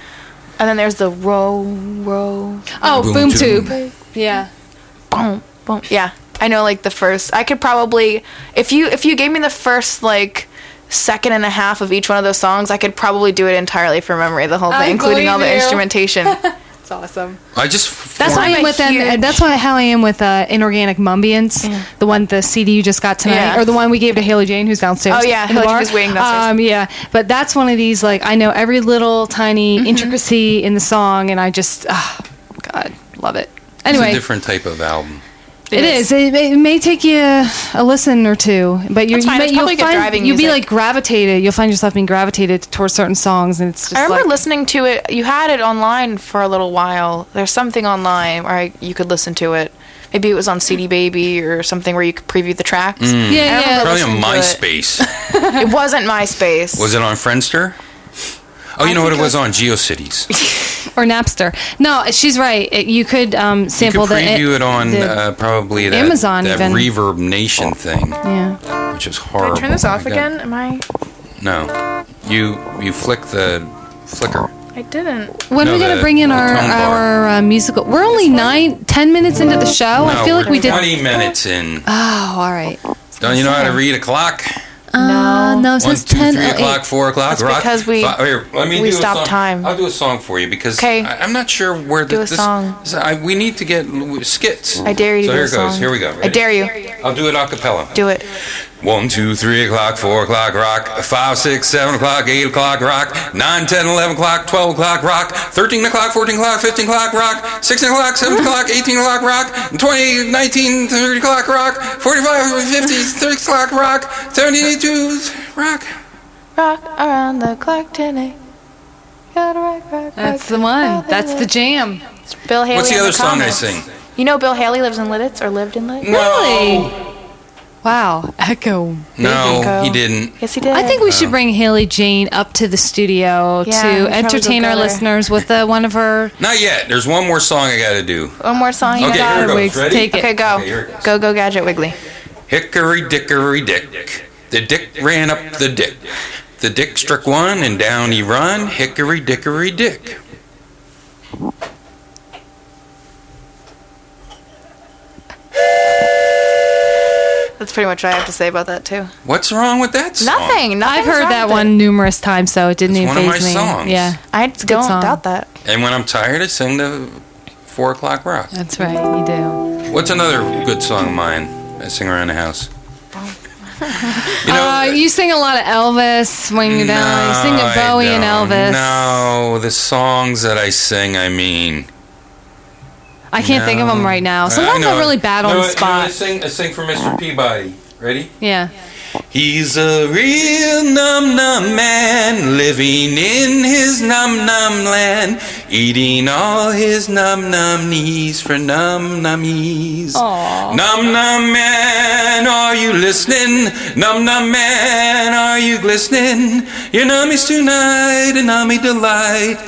Speaker 4: and then there's the row row
Speaker 5: Oh,
Speaker 3: Boom
Speaker 5: boom,
Speaker 3: Tube.
Speaker 5: tube. Yeah.
Speaker 4: boom boom. Yeah, I know like the first. I could probably if you if you gave me the first like second and a half of each one of those songs, I could probably do it entirely from memory, the whole thing,
Speaker 5: I
Speaker 4: including all the
Speaker 5: believe you. (laughs)
Speaker 4: instrumentation.
Speaker 5: It's awesome.
Speaker 3: I just f-
Speaker 4: That's
Speaker 3: formed-
Speaker 4: why
Speaker 5: I
Speaker 4: I'm
Speaker 5: am
Speaker 4: a
Speaker 5: with an-
Speaker 4: huge- Mm.
Speaker 5: that's why how I am with uh, inorganic mumbians, the one the CD you just got tonight,
Speaker 4: Yeah.
Speaker 5: or the one we gave to Haley Jane who's downstairs.
Speaker 4: Oh, yeah,
Speaker 5: in the
Speaker 4: Haley
Speaker 5: bar.
Speaker 4: Jane's waiting downstairs.
Speaker 5: Um, yeah, but that's one of these like I know every little tiny
Speaker 4: Mm-hmm.
Speaker 5: intricacy in the song, and I just ah, God love it.
Speaker 3: it's
Speaker 5: Anyway,
Speaker 3: a different type of album.
Speaker 5: it is. It, it may take you a listen or two, but you're,
Speaker 4: That's
Speaker 5: you
Speaker 4: fine.
Speaker 5: may,
Speaker 4: It's
Speaker 5: you'll
Speaker 4: probably good
Speaker 5: find
Speaker 4: driving
Speaker 5: you'll be
Speaker 4: music.
Speaker 5: like gravitated. You'll find yourself being gravitated towards certain songs, and it's just
Speaker 4: I remember
Speaker 5: like,
Speaker 4: listening to it. You had it online for a little while. There's something online where I, you could listen to it. Maybe it was on CD Baby or something where you could preview the tracks.
Speaker 3: Mm.
Speaker 5: yeah,
Speaker 4: remember
Speaker 5: yeah.
Speaker 3: Probably on
Speaker 4: listening to
Speaker 3: MySpace.
Speaker 4: It wasn't MySpace.
Speaker 3: was it
Speaker 4: (laughs)
Speaker 3: on Friendster? Oh, you know what it
Speaker 4: think it
Speaker 3: was, on GeoCities.
Speaker 5: or Napster. No, she's right. It, you could um,
Speaker 3: You could
Speaker 5: sample the
Speaker 3: preview it, on
Speaker 5: the-
Speaker 3: uh, probably that,
Speaker 5: Amazon
Speaker 3: that
Speaker 5: even.
Speaker 3: Reverb Nation thing,
Speaker 5: yeah.
Speaker 3: which is horrible.
Speaker 4: Oh. Turn this
Speaker 3: Oh my
Speaker 4: off
Speaker 3: God.
Speaker 4: again. Am I?
Speaker 3: No, you you flick the flicker.
Speaker 4: I didn't.
Speaker 5: When
Speaker 3: No,
Speaker 5: are we gonna
Speaker 3: the-
Speaker 5: bring in
Speaker 3: the
Speaker 5: our
Speaker 3: tone bar.
Speaker 5: our uh, musical? We're only nine, ten minutes into the show. I
Speaker 3: No,
Speaker 5: feel like
Speaker 3: we're
Speaker 5: we did.
Speaker 6: Uh,
Speaker 3: twenty minutes in.
Speaker 5: Oh, all right.
Speaker 3: Don't you know how to read a clock?
Speaker 5: Uh, no,
Speaker 3: One,
Speaker 5: since
Speaker 3: two,
Speaker 5: ten
Speaker 3: three
Speaker 5: oh eight.
Speaker 3: o'clock, four o'clock.
Speaker 6: That's
Speaker 3: rock-
Speaker 6: because we-
Speaker 3: fi- here, let me
Speaker 6: we
Speaker 3: do a
Speaker 6: stopped
Speaker 3: song.
Speaker 6: time.
Speaker 3: I'll do a song for you because
Speaker 6: 'Kay.
Speaker 3: I, I'm not sure where
Speaker 6: Do
Speaker 3: the,
Speaker 6: a song.
Speaker 3: This, I, we need to get l- skits.
Speaker 6: I dare you to
Speaker 3: So
Speaker 6: do
Speaker 3: here
Speaker 6: a
Speaker 3: it goes.
Speaker 6: song.
Speaker 3: Here we go.
Speaker 6: I
Speaker 3: Ready?
Speaker 6: dare you.
Speaker 3: I'll do it a cappella.
Speaker 6: Do it.
Speaker 3: One, two, three o'clock, four o'clock, rock. Five, six, seven o'clock, eight o'clock, rock. Nine, ten, eleven o'clock, twelve o'clock, rock. Thirteen o'clock, fourteen o'clock, fifteen o'clock, rock. Sixteen o'clock, seven o'clock, eighteen o'clock, rock. Twenty, nineteen, thirty o'clock, rock. Forty-five, fifty, six o'clock, rock. Seventy-two, rock.
Speaker 6: Rock around the clock tonight. Gotta rock, rock,
Speaker 5: That's the
Speaker 6: rock.
Speaker 5: one. That's the jam.
Speaker 6: Bill Haley.
Speaker 3: What's the
Speaker 6: and
Speaker 3: other song I
Speaker 6: Comets.
Speaker 3: sing?
Speaker 6: You know, Bill Haley lives in Lidditz or lived in Lidditz.
Speaker 3: No.
Speaker 5: Wow, Echo.
Speaker 3: No,
Speaker 6: Go.
Speaker 3: he didn't.
Speaker 6: Yes, he did.
Speaker 5: I think we should bring Haley Jane up to the studio
Speaker 6: Yeah, we should
Speaker 5: to
Speaker 6: probably
Speaker 5: entertain
Speaker 6: go
Speaker 5: our
Speaker 6: get her.
Speaker 5: listeners with uh, one of her.
Speaker 3: Not yet. There's one more song I gotta do.
Speaker 4: Oh
Speaker 6: one more song. you
Speaker 3: Okay,
Speaker 6: got.
Speaker 3: here it goes.
Speaker 5: Wigs,
Speaker 3: Ready?
Speaker 5: take it.
Speaker 6: Okay, go.
Speaker 3: Okay, here it goes.
Speaker 6: go, go, Gadget Wiggly.
Speaker 3: Hickory dickory dick. The dick ran up the dick. The dick struck one and down he run. Hickory dickory dick.
Speaker 6: That's pretty much what I have to say about that, too.
Speaker 3: What's wrong with that song?
Speaker 6: Nothing. nothing's
Speaker 5: I've heard
Speaker 6: wrong
Speaker 5: that
Speaker 6: with it.
Speaker 5: one numerous times, so it didn't
Speaker 3: It's
Speaker 5: even
Speaker 3: one of my
Speaker 5: faze me.
Speaker 3: songs.
Speaker 5: Yeah,
Speaker 6: I
Speaker 5: good
Speaker 6: don't
Speaker 5: song.
Speaker 6: doubt that.
Speaker 3: And when I'm tired, I sing the four o'clock rock.
Speaker 5: that's right. You do.
Speaker 3: What's another good song of mine? I sing around
Speaker 5: (laughs)
Speaker 3: the house. You know,
Speaker 5: uh, you sing a lot of Elvis when you down. You sing
Speaker 3: No,
Speaker 5: a
Speaker 3: I
Speaker 5: Bowie and
Speaker 3: don't.
Speaker 5: Elvis.
Speaker 3: No, the songs that I sing, I mean.
Speaker 5: I can't think of
Speaker 3: No.
Speaker 5: them right now. Oh, Sometimes
Speaker 3: I know.
Speaker 5: I'm really bad on
Speaker 3: No,
Speaker 5: the
Speaker 3: I- I
Speaker 5: spot.
Speaker 3: sing, I sing for Mr. Peabody. Ready?
Speaker 5: yeah.
Speaker 3: He's a real num num man living in his num num land, eating all his num num knees for num nummies. Num num man, are you listening? Num num man, are you glistening? Your nummies tonight, a nummy delight,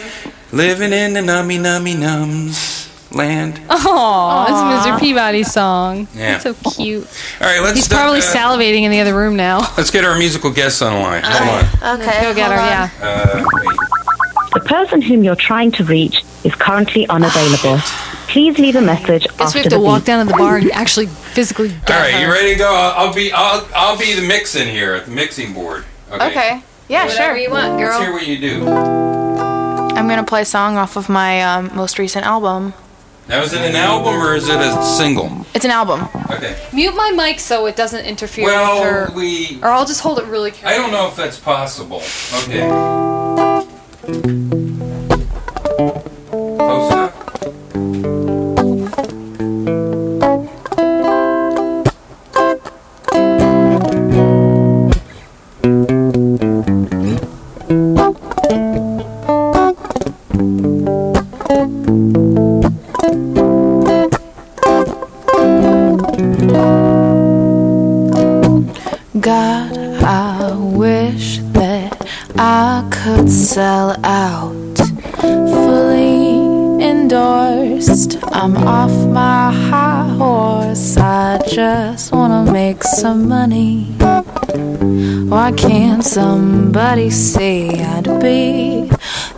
Speaker 3: living in the nummy nummy nums land.
Speaker 5: Oh, it's Mr. Peabody's song.
Speaker 3: Yeah.
Speaker 5: It's so cute.
Speaker 3: All right, let's
Speaker 5: He's
Speaker 3: do-
Speaker 5: probably
Speaker 3: uh,
Speaker 5: salivating in the other room now.
Speaker 3: Let's get our musical guests on the line. Hold on.
Speaker 6: Okay.
Speaker 5: Go get her. Yeah.
Speaker 3: Uh, wait.
Speaker 7: The person whom you're trying to reach is currently unavailable. Please leave a message
Speaker 5: Guess we
Speaker 7: after
Speaker 5: have
Speaker 7: the
Speaker 5: to walk
Speaker 7: beep.
Speaker 5: down to the bar and actually physically get
Speaker 3: All right,
Speaker 5: her.
Speaker 3: you ready to go? I'll, I'll be I'll I'll be the mixing here at the mixing board. Okay.
Speaker 6: Okay. Yeah,
Speaker 5: Whatever
Speaker 6: sure.
Speaker 5: you want,
Speaker 3: Let's hear
Speaker 5: girl.
Speaker 3: what you do.
Speaker 6: I'm gonna play a song off of my um, most recent album.
Speaker 3: Now, is it an album or is it a single?
Speaker 6: It's an album.
Speaker 3: Okay.
Speaker 5: Mute my mic so it doesn't interfere
Speaker 3: Well,
Speaker 5: with her.
Speaker 3: we
Speaker 5: Or I'll just hold it really carefully.
Speaker 3: I don't know if that's possible. Okay. Close enough.
Speaker 6: God, I wish that I could sell out. Fully endorsed, I'm off my high horse. I just wanna make some money. Why can't somebody see I'd be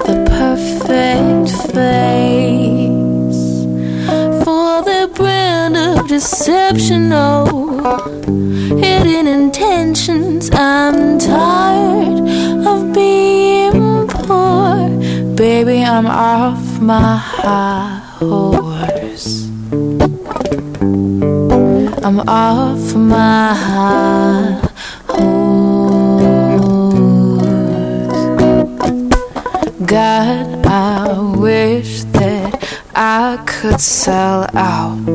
Speaker 6: the perfect face for the brand of Oh, deceptional? hidden intentions. I'm tired of being poor. Baby, I'm off my high horse. I'm off my high horse. God, I wish that I could sell out.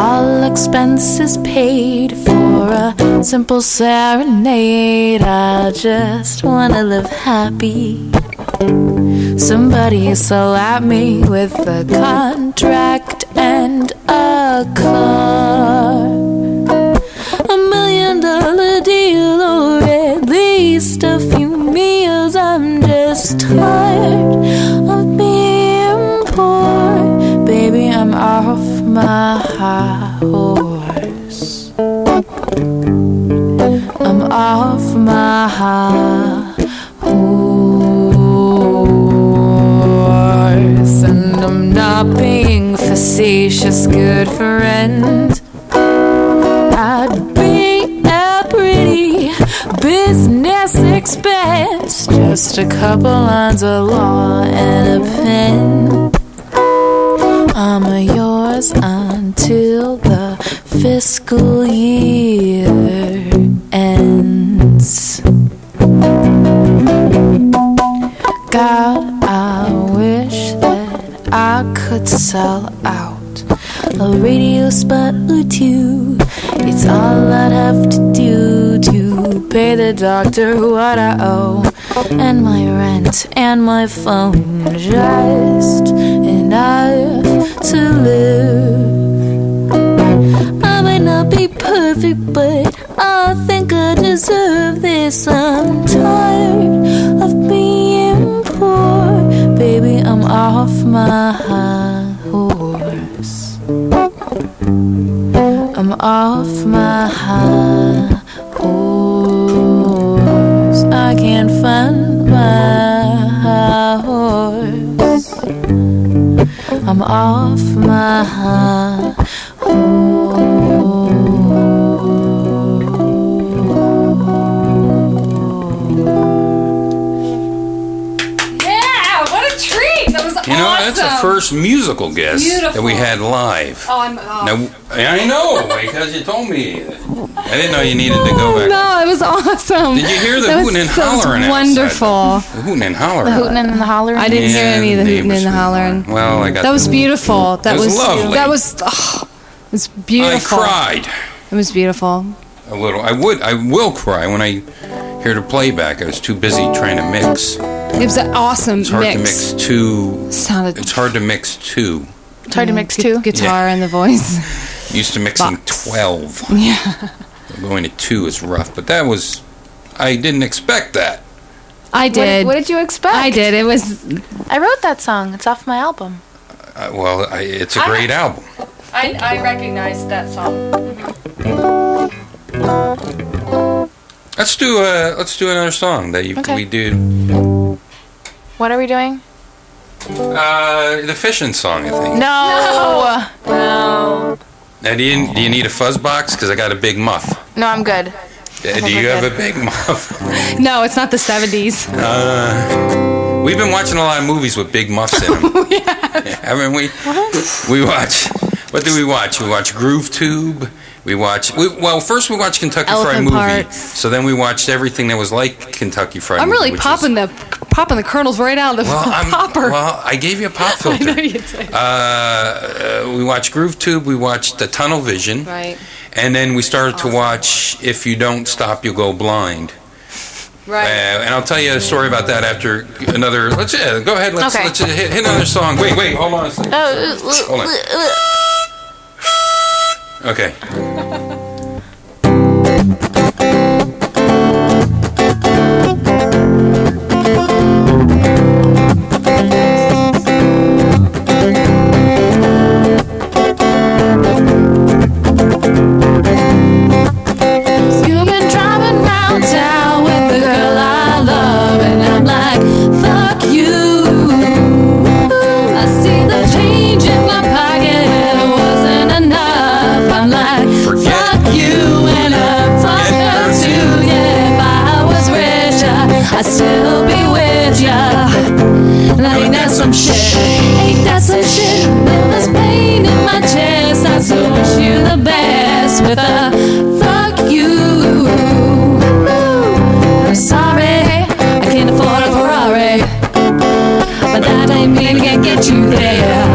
Speaker 6: All expenses paid for a simple serenade. I just wanna live happy. Somebody slap me with a contract and a car. A million dollar deal or at least a few meals. I'm just tired of being poor. Baby, I'm off my high horse. I'm off my high horse. And I'm not being facetious, good friend. I'd be a pretty
Speaker 9: Just a couple lines of law and a pen. I'm a yours until the fiscal year ends. God, I wish that I could sell out a radio spot or two. It's all I'd have to do to pay the doctor what I owe, and my rent, and my phone, just enough to live. I might not be perfect, but I think I deserve this. I'm tired of being poor. Baby, I'm off my high horse. I'm off my high horse. I can't find my horse. I'm off my high
Speaker 5: Yeah, what a treat! That was awesome.
Speaker 3: You know, that's the first musical guest that we
Speaker 5: Beautiful.
Speaker 3: had live.
Speaker 5: Oh, I'm. Oh.
Speaker 3: Now, I know because you told me. I didn't know you needed to go
Speaker 5: Oh,
Speaker 3: back.
Speaker 5: no, it was awesome.
Speaker 3: Did you hear the
Speaker 5: that was,
Speaker 3: hooting and
Speaker 5: that was
Speaker 3: hollering outside?
Speaker 5: Wonderful.
Speaker 3: The hooting and hollering.
Speaker 4: Hooting and the hollering.
Speaker 5: I didn't hear any of the hooting and the hollering.
Speaker 3: Well, I got
Speaker 5: That was
Speaker 3: the-
Speaker 5: beautiful. That
Speaker 3: It was
Speaker 5: was,
Speaker 3: lovely.
Speaker 5: that was oh, it was
Speaker 3: I
Speaker 5: beautiful.
Speaker 3: cried
Speaker 5: It was beautiful.
Speaker 3: a little. I would. I will cry when I hear the playback. I was too busy trying to mix.
Speaker 5: It was an awesome
Speaker 3: It's hard to mix two.
Speaker 5: Sounded
Speaker 3: It's hard to mix two.
Speaker 4: It's hard to mix
Speaker 5: gu-
Speaker 4: two.
Speaker 5: guitar and
Speaker 4: (laughs)
Speaker 5: the voice.
Speaker 3: Used to mixing
Speaker 5: Box.
Speaker 3: twelve.
Speaker 5: (laughs) yeah,
Speaker 3: Going to two is rough, but that was. I didn't expect that.
Speaker 5: I did.
Speaker 4: What, what did you expect?
Speaker 5: I did. It was.
Speaker 4: I wrote that song. It's off my album.
Speaker 3: Uh, well, I, it's a great album.
Speaker 4: I, I recognized that song.
Speaker 3: Let's do uh let's do another song that you,
Speaker 4: Okay.
Speaker 3: we do.
Speaker 4: What are we doing?
Speaker 3: Uh, the fishing song, I think.
Speaker 4: No.
Speaker 3: Now, do you do you need a fuzz box? Because I got a big muff.
Speaker 4: No, I'm good.
Speaker 3: Uh, do you have a big muff? (laughs)
Speaker 5: No, it's not the seventies.
Speaker 3: We've been watching a lot of movies with big muffs
Speaker 5: (laughs)
Speaker 3: in them, haven't we? We watch. What do we watch? We watch Groove Tube. We watch. We, well, first we watched Kentucky Fried
Speaker 5: Elephant
Speaker 3: Movie.
Speaker 5: Parts.
Speaker 3: So then we watched everything that was like Kentucky Fried.
Speaker 5: I'm
Speaker 3: Movie,
Speaker 5: really
Speaker 3: which is-
Speaker 5: popping the popping the kernels right out of the
Speaker 3: well,
Speaker 5: (laughs)
Speaker 3: I'm,
Speaker 5: popper.
Speaker 3: Well, I gave you a pop filter.
Speaker 5: (laughs) I know you did.
Speaker 3: uh, uh, we watched Groove Tube, we watched the Tunnel Vision,
Speaker 5: right,
Speaker 3: and then we started to watch If You Don't Stop, You'll Go Blind. Uh,
Speaker 5: right.
Speaker 3: and I'll tell you a story about that after another. Let's uh, go ahead. Let's,
Speaker 4: Okay. Uh,
Speaker 3: let's uh, hit, hit another song. Wait, wait, hold on a second.
Speaker 4: Oh,
Speaker 3: Hold on. Okay.
Speaker 9: You've been driving round town with the girl I love, and I'm like, fuck you. I see the change in my pocket wasn't enough. I'm like,
Speaker 3: Forget.
Speaker 9: fuck you, and I'm fuck her too. Yeah, if I was rich, I- I'd still be with ya. Like that's some shit. Ain't that some shit? There was pain in my chest. I so wish you the best with a fuck you. I'm sorry, I can't afford a Ferrari. But that ain't me to get you there.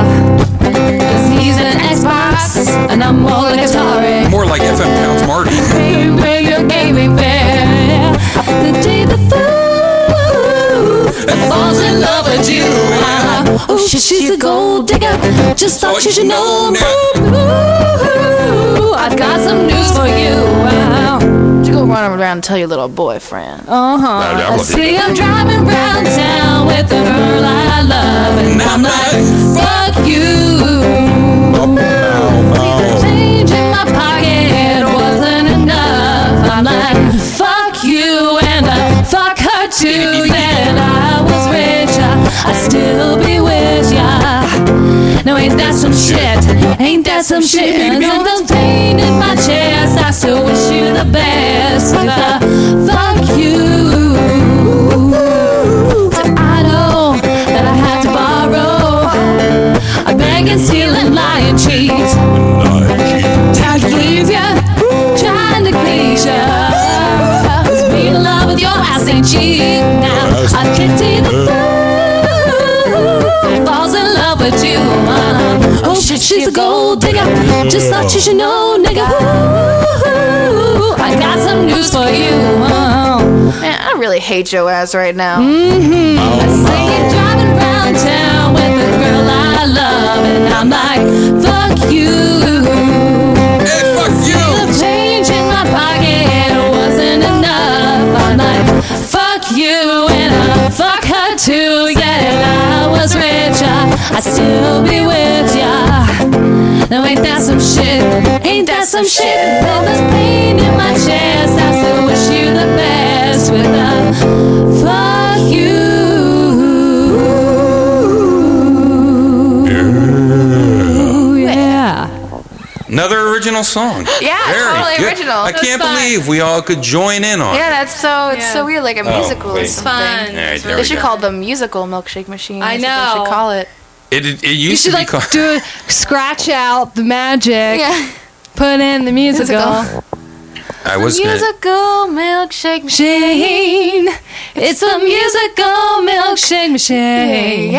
Speaker 9: Cause he's an Xbox, and I'm more like Atari.
Speaker 3: More like FM Pounds Marty.
Speaker 9: Where your game ain't fair. The day the fool falls in love with you. Uh-huh. Oh shit, she's a gold digger. Just thought you should know. Ooh, I've got some news for you. Uh-huh.
Speaker 4: You go run around and tell your little boyfriend.
Speaker 9: I see I'm driving round town with the girl I love, and I'm like, fuck you. The change in my pocket wasn't enough. I'm like, fuck you, and I fuck her too. Then I was rich, I, I'd still be with ya. No, ain't that some shit? Ain't that some shit? And there's pain in my chest. I still wish you the best. But uh, fuck you.
Speaker 5: see the fool falls in love with you. Uh, oh shit, she's a gold digger. Just thought you should know, nigga. Ooh, I got some news for you. Uh,
Speaker 4: Oh, Man, I really hate Joe Az right now.
Speaker 6: Hmm?
Speaker 5: say you're driving around town with the girl I love, and I'm like, fuck you.
Speaker 3: Hey, fuck you!
Speaker 5: change in my pocket wasn't enough. I'm like, fuck you and I fuck her too. Yeah, if I was richer, I'd still be with ya. Now ain't that some shit? Ain't that some shit? All this pain in my chest, I still wish you the best with a fuck you. Yeah.
Speaker 3: Another original song.
Speaker 4: Yeah, totally original.
Speaker 3: I
Speaker 4: That's
Speaker 3: can't
Speaker 5: fun.
Speaker 3: believe we all could join in on
Speaker 4: Yeah, that's so it's
Speaker 5: Yeah.
Speaker 4: so weird, like a
Speaker 3: Oh,
Speaker 4: musical
Speaker 3: wait.
Speaker 4: or
Speaker 3: It's
Speaker 4: something.
Speaker 5: Fun.
Speaker 3: it. All right, there
Speaker 4: They
Speaker 3: we
Speaker 4: should
Speaker 3: go.
Speaker 4: call it the musical milkshake machine.
Speaker 5: I
Speaker 4: That's what They
Speaker 5: know.
Speaker 4: should call it.
Speaker 3: it, it, it used
Speaker 5: You should
Speaker 3: to be
Speaker 5: like
Speaker 3: called.
Speaker 5: do scratch out the magic.
Speaker 4: Yeah,
Speaker 5: Put in the musical.
Speaker 4: Musical.
Speaker 3: (laughs) I was gonna-
Speaker 4: musical milkshake machine.
Speaker 5: Shane, it's a musical milkshake machine.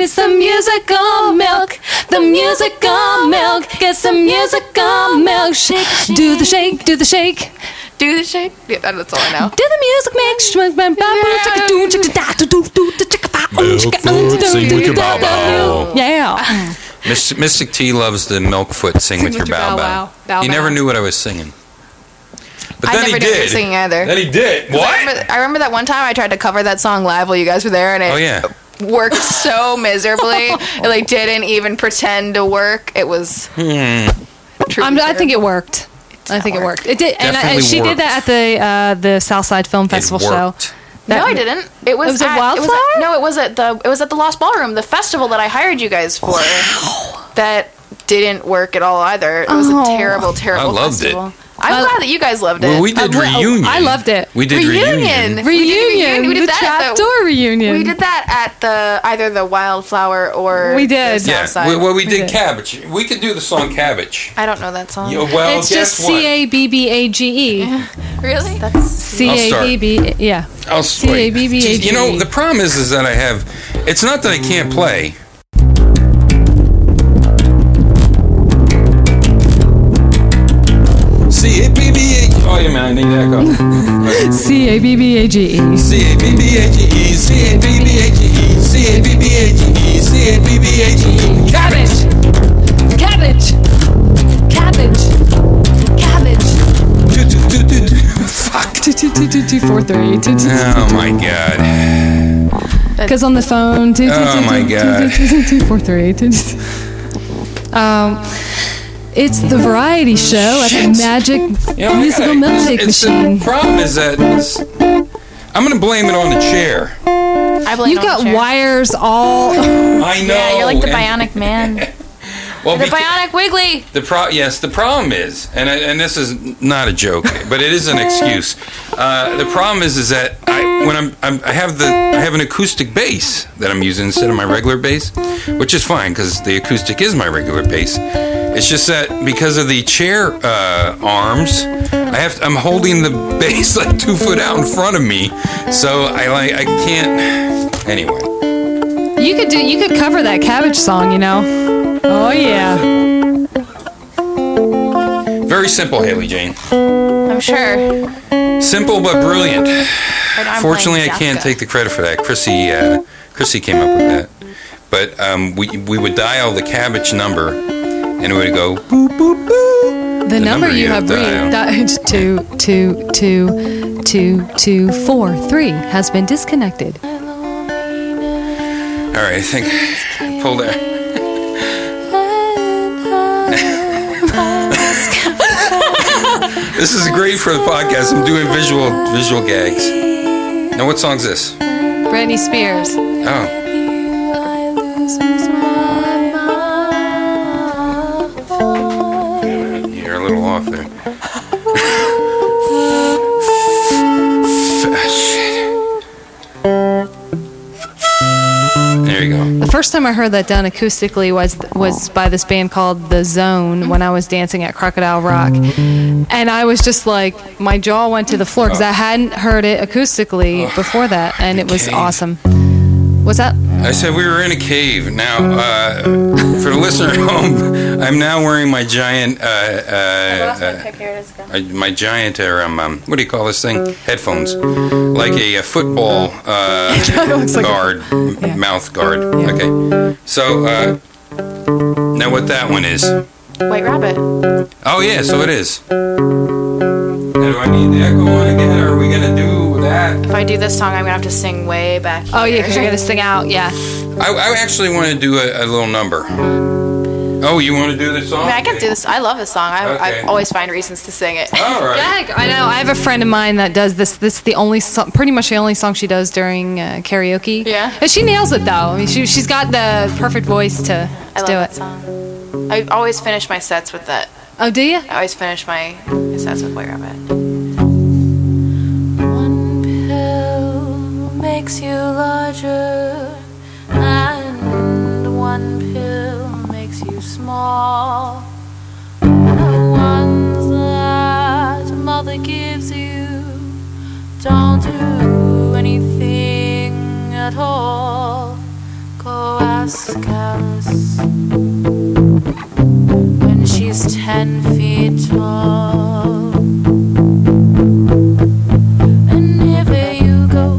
Speaker 5: It's the musical milk, the musical milk. It's the musical milkshake. Do the shake, do the shake,
Speaker 4: Do the shake. Yeah, that- that's all I know.
Speaker 5: do the music mix. oh.
Speaker 2: Milk food, sing with your bow bow.
Speaker 5: Yeah.
Speaker 3: Miss, Mystic T loves the Milkfoot sing, with, your bow bow.
Speaker 5: Bow
Speaker 3: He
Speaker 5: Bow.
Speaker 3: never knew what I was singing. But
Speaker 4: I never
Speaker 3: then
Speaker 4: knew
Speaker 3: he
Speaker 4: what
Speaker 3: did.
Speaker 4: you were singing either.
Speaker 3: Then he did. What?
Speaker 4: I remember, I remember that one time I tried to cover that song live while you guys were there, and it
Speaker 3: oh yeah.
Speaker 4: worked so
Speaker 3: (laughs)
Speaker 4: miserably. it like didn't even pretend to work. It was.
Speaker 3: Hmm.
Speaker 4: True
Speaker 5: I'm, I
Speaker 4: misery.
Speaker 5: think it worked. I think it worked. It did, and, I, and
Speaker 3: Definitely
Speaker 5: she did that at the uh, the Southside Film Festival
Speaker 3: it
Speaker 5: show.
Speaker 3: worked.
Speaker 5: That-
Speaker 4: no, I didn't. It was,
Speaker 5: It was a
Speaker 4: at, It was
Speaker 5: Wildflower?
Speaker 4: at, no, it was at the it was at the Lost Ballroom, the festival that I hired you guys for. That didn't work at all either. It was
Speaker 5: Oh.
Speaker 4: a terrible, terrible.
Speaker 3: I loved it.
Speaker 4: festival. I'm
Speaker 5: Well-
Speaker 4: glad that you guys loved it.
Speaker 3: Well, we did
Speaker 5: Uh, well,
Speaker 3: reunion.
Speaker 5: I loved it.
Speaker 3: We did reunion.
Speaker 4: Reunion. We did
Speaker 5: Reunion,
Speaker 4: reunion. We did
Speaker 5: the
Speaker 4: that at the-
Speaker 5: trapdoor reunion.
Speaker 4: we did that at the either the Wildflower or
Speaker 5: We did.
Speaker 4: the
Speaker 3: Yeah.
Speaker 4: Southside.
Speaker 3: we- well, we did
Speaker 5: did.
Speaker 3: cabbage. We could do the song cabbage.
Speaker 4: I don't know that song.
Speaker 3: Yeah, well,
Speaker 5: it's
Speaker 3: guess
Speaker 5: just
Speaker 3: what?
Speaker 5: C A B B A G E.
Speaker 4: Really? That's
Speaker 5: C A E. B B. Yeah.
Speaker 3: I'll wait.
Speaker 5: C-A-B-B-A-G.
Speaker 3: You know, the problem is, is that I have. It's not that I can't play. C A B B A. Oh, yeah, man, I need that go.
Speaker 5: C A B B A G E.
Speaker 3: C A B B A G E. C A B B A G E. C A B B A G E. C A B B A G E. Cabbage.
Speaker 5: Cabbage. Cabbage. Cabbage.
Speaker 3: Do, do, do, do, do. Fuck.
Speaker 5: Two two two two two four three. Two two.
Speaker 3: Oh my god.
Speaker 5: Because on the phone. Two two
Speaker 3: Oh
Speaker 5: two
Speaker 3: my
Speaker 5: two
Speaker 3: God.
Speaker 5: two two two two four three. Two two. two. Um. It's the variety show at the
Speaker 3: Shit.
Speaker 5: Magic
Speaker 3: You know, I
Speaker 5: Musical
Speaker 3: gotta-
Speaker 5: Milkshake
Speaker 3: it's,
Speaker 5: Machine.
Speaker 3: The problem is that it's, I'm gonna blame it on the chair.
Speaker 4: I blame.
Speaker 5: You've
Speaker 4: it on
Speaker 5: got
Speaker 4: the chair.
Speaker 5: wires all.
Speaker 3: I know.
Speaker 4: Yeah, you're like the
Speaker 3: and-
Speaker 4: Bionic
Speaker 3: (laughs)
Speaker 4: Man,
Speaker 3: Well,
Speaker 4: the
Speaker 3: beca-
Speaker 4: Bionic Wiggly.
Speaker 3: The pro- yes, the problem is, and I, and this is not a joke, but it is an excuse. Uh, the problem is, is that I when I'm, I'm I have the I have an acoustic bass that I'm using instead of my regular bass, which is fine because the acoustic is my regular bass. It's just that because of the chair uh, arms, I have I'm holding the (laughs) bass like two foot out in front of me, so I like I can't. Anyway,
Speaker 5: You could do. You could cover that cabbage song. You know. Oh yeah.
Speaker 3: very simple, Haley Jane.
Speaker 4: I'm sure.
Speaker 3: Simple but brilliant.
Speaker 4: But I'm
Speaker 3: Fortunately, I
Speaker 4: playing
Speaker 3: can't
Speaker 4: Kafka.
Speaker 3: take the credit for that. Chrissy, uh, Chrissy came up with that. But um, we we would dial the cabbage number, and it would go. boop, boop, boop.
Speaker 5: The, number, you have
Speaker 3: dialed.
Speaker 5: reached two two two two two four three has been disconnected.
Speaker 3: All right, I think pull that. this is great for the podcast. I'm doing visual visual gags. Now, what song's this?
Speaker 5: Britney Spears.
Speaker 3: Oh, you're a little off there. (laughs) Ah, F- shit. There you go.
Speaker 5: The first time I heard that done acoustically was was by this band called The Zone when I was dancing at Crocodile Rock, and I was just like my jaw went to the floor because
Speaker 4: Oh.
Speaker 5: I hadn't heard it acoustically before that, and it was
Speaker 3: Okay.
Speaker 5: awesome. What's that?
Speaker 3: I said we were in a cave. Now, uh, for the listener at home, (laughs) I'm now wearing my giant, uh, uh, uh, I- my giant, or um, um, what do you call this thing? Headphones, like a, uh football uh, guard, m- mouth guard. Okay, so uh, now what that one is?
Speaker 4: White Rabbit.
Speaker 3: Oh yeah, so it is. Now, do I need the echo on again, or are we gonna do that?
Speaker 4: If I do this song, I'm gonna have to sing way back.
Speaker 5: Oh yeah,
Speaker 4: here.
Speaker 5: because you're gonna sing out. Yeah,
Speaker 3: I, I actually want to do a, a little number. Oh, you want to do the song?
Speaker 4: I mean, I can do this. I love this song. I, I
Speaker 3: Okay.
Speaker 4: always find reasons to sing it.
Speaker 3: All right.
Speaker 5: yeah. I know. I have a friend of mine that does this. This is the only song, pretty much the only song she does during uh, karaoke.
Speaker 4: Yeah.
Speaker 5: and she nails it though. I mean, she she's got the perfect voice to,
Speaker 4: (laughs) I
Speaker 5: to
Speaker 4: love
Speaker 5: do
Speaker 4: that
Speaker 5: it.
Speaker 4: song. I always finish my sets with that.
Speaker 5: Oh, do you?
Speaker 4: I always finish my sets with White Rabbit.
Speaker 9: One pill makes you larger, and one pill makes you small. The ones that mother gives you don't do anything at all. Go ask Alice when she's ten feet tall. And if you go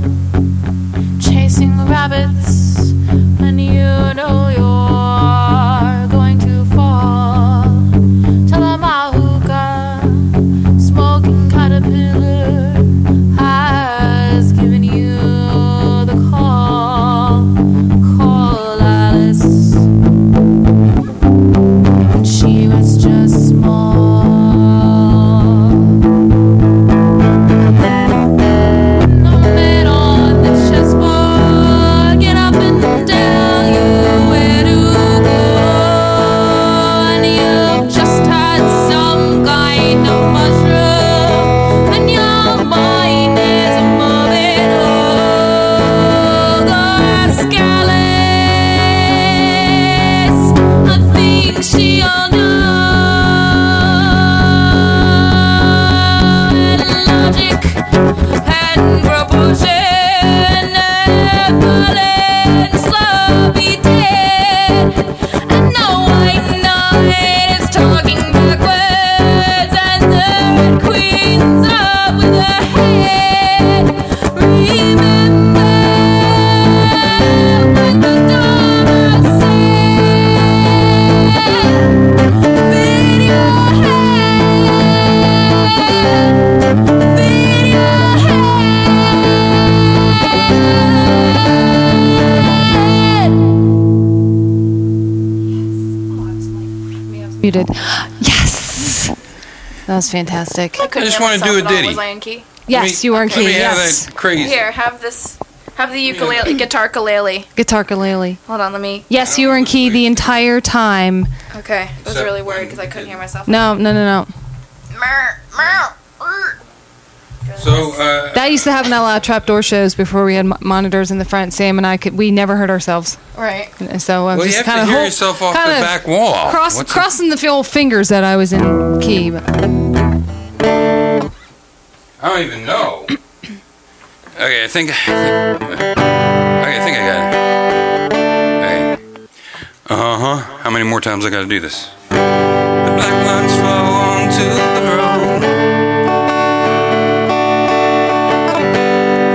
Speaker 9: chasing the rabbits, and you know you're going to fall, tell 'em Ahuka, smoking caterpillar, has given you the call. Call Alice. When she was just small. In the middle of the chessboard, get up and tell you where to go. And you've just had some kind of mushroom, and your mind is a moving hole. I think she'll know. Logic and proportion never ends. Love be dead, and no white knight is talking backwards. And the queens up with her head. Remember what the dog said. Bend your head.
Speaker 5: You did. Yes. That was fantastic.
Speaker 4: I couldn't
Speaker 3: just
Speaker 4: hear
Speaker 3: wanna do
Speaker 4: myself
Speaker 3: a
Speaker 4: at all.
Speaker 3: ditty.
Speaker 4: Was I in key?
Speaker 5: Yes,
Speaker 3: me-
Speaker 5: you were in
Speaker 3: Let
Speaker 5: key.
Speaker 3: me have
Speaker 5: Yes.
Speaker 3: that crazy.
Speaker 4: Here, have this. Have the ukulele, guitar ukulele.
Speaker 5: Guitar ukulele.
Speaker 4: Hold on, let me.
Speaker 5: Yes, you were in key the entire time.
Speaker 4: Okay, I was
Speaker 3: So-
Speaker 4: really worried because I couldn't hear myself.
Speaker 5: No, no, no, no.
Speaker 4: Mer, mer, er.
Speaker 3: So, uh,
Speaker 5: That used to happen at a lot of trapdoor shows before we had mo- monitors in the front. Sam and I could we never heard ourselves,
Speaker 4: Right.
Speaker 5: And so I
Speaker 3: well, you
Speaker 5: just
Speaker 3: have
Speaker 5: kind
Speaker 3: to
Speaker 5: of
Speaker 3: hear yourself off the
Speaker 5: kinda
Speaker 3: back wall.
Speaker 5: cross
Speaker 3: What's-
Speaker 5: crossing the old fingers that I was in key. (laughs) But
Speaker 3: I don't even know. okay, I think. I think- Okay, I think I got it. Okay. Uh huh. How many more times I got to do this? The black lines flow onto the road.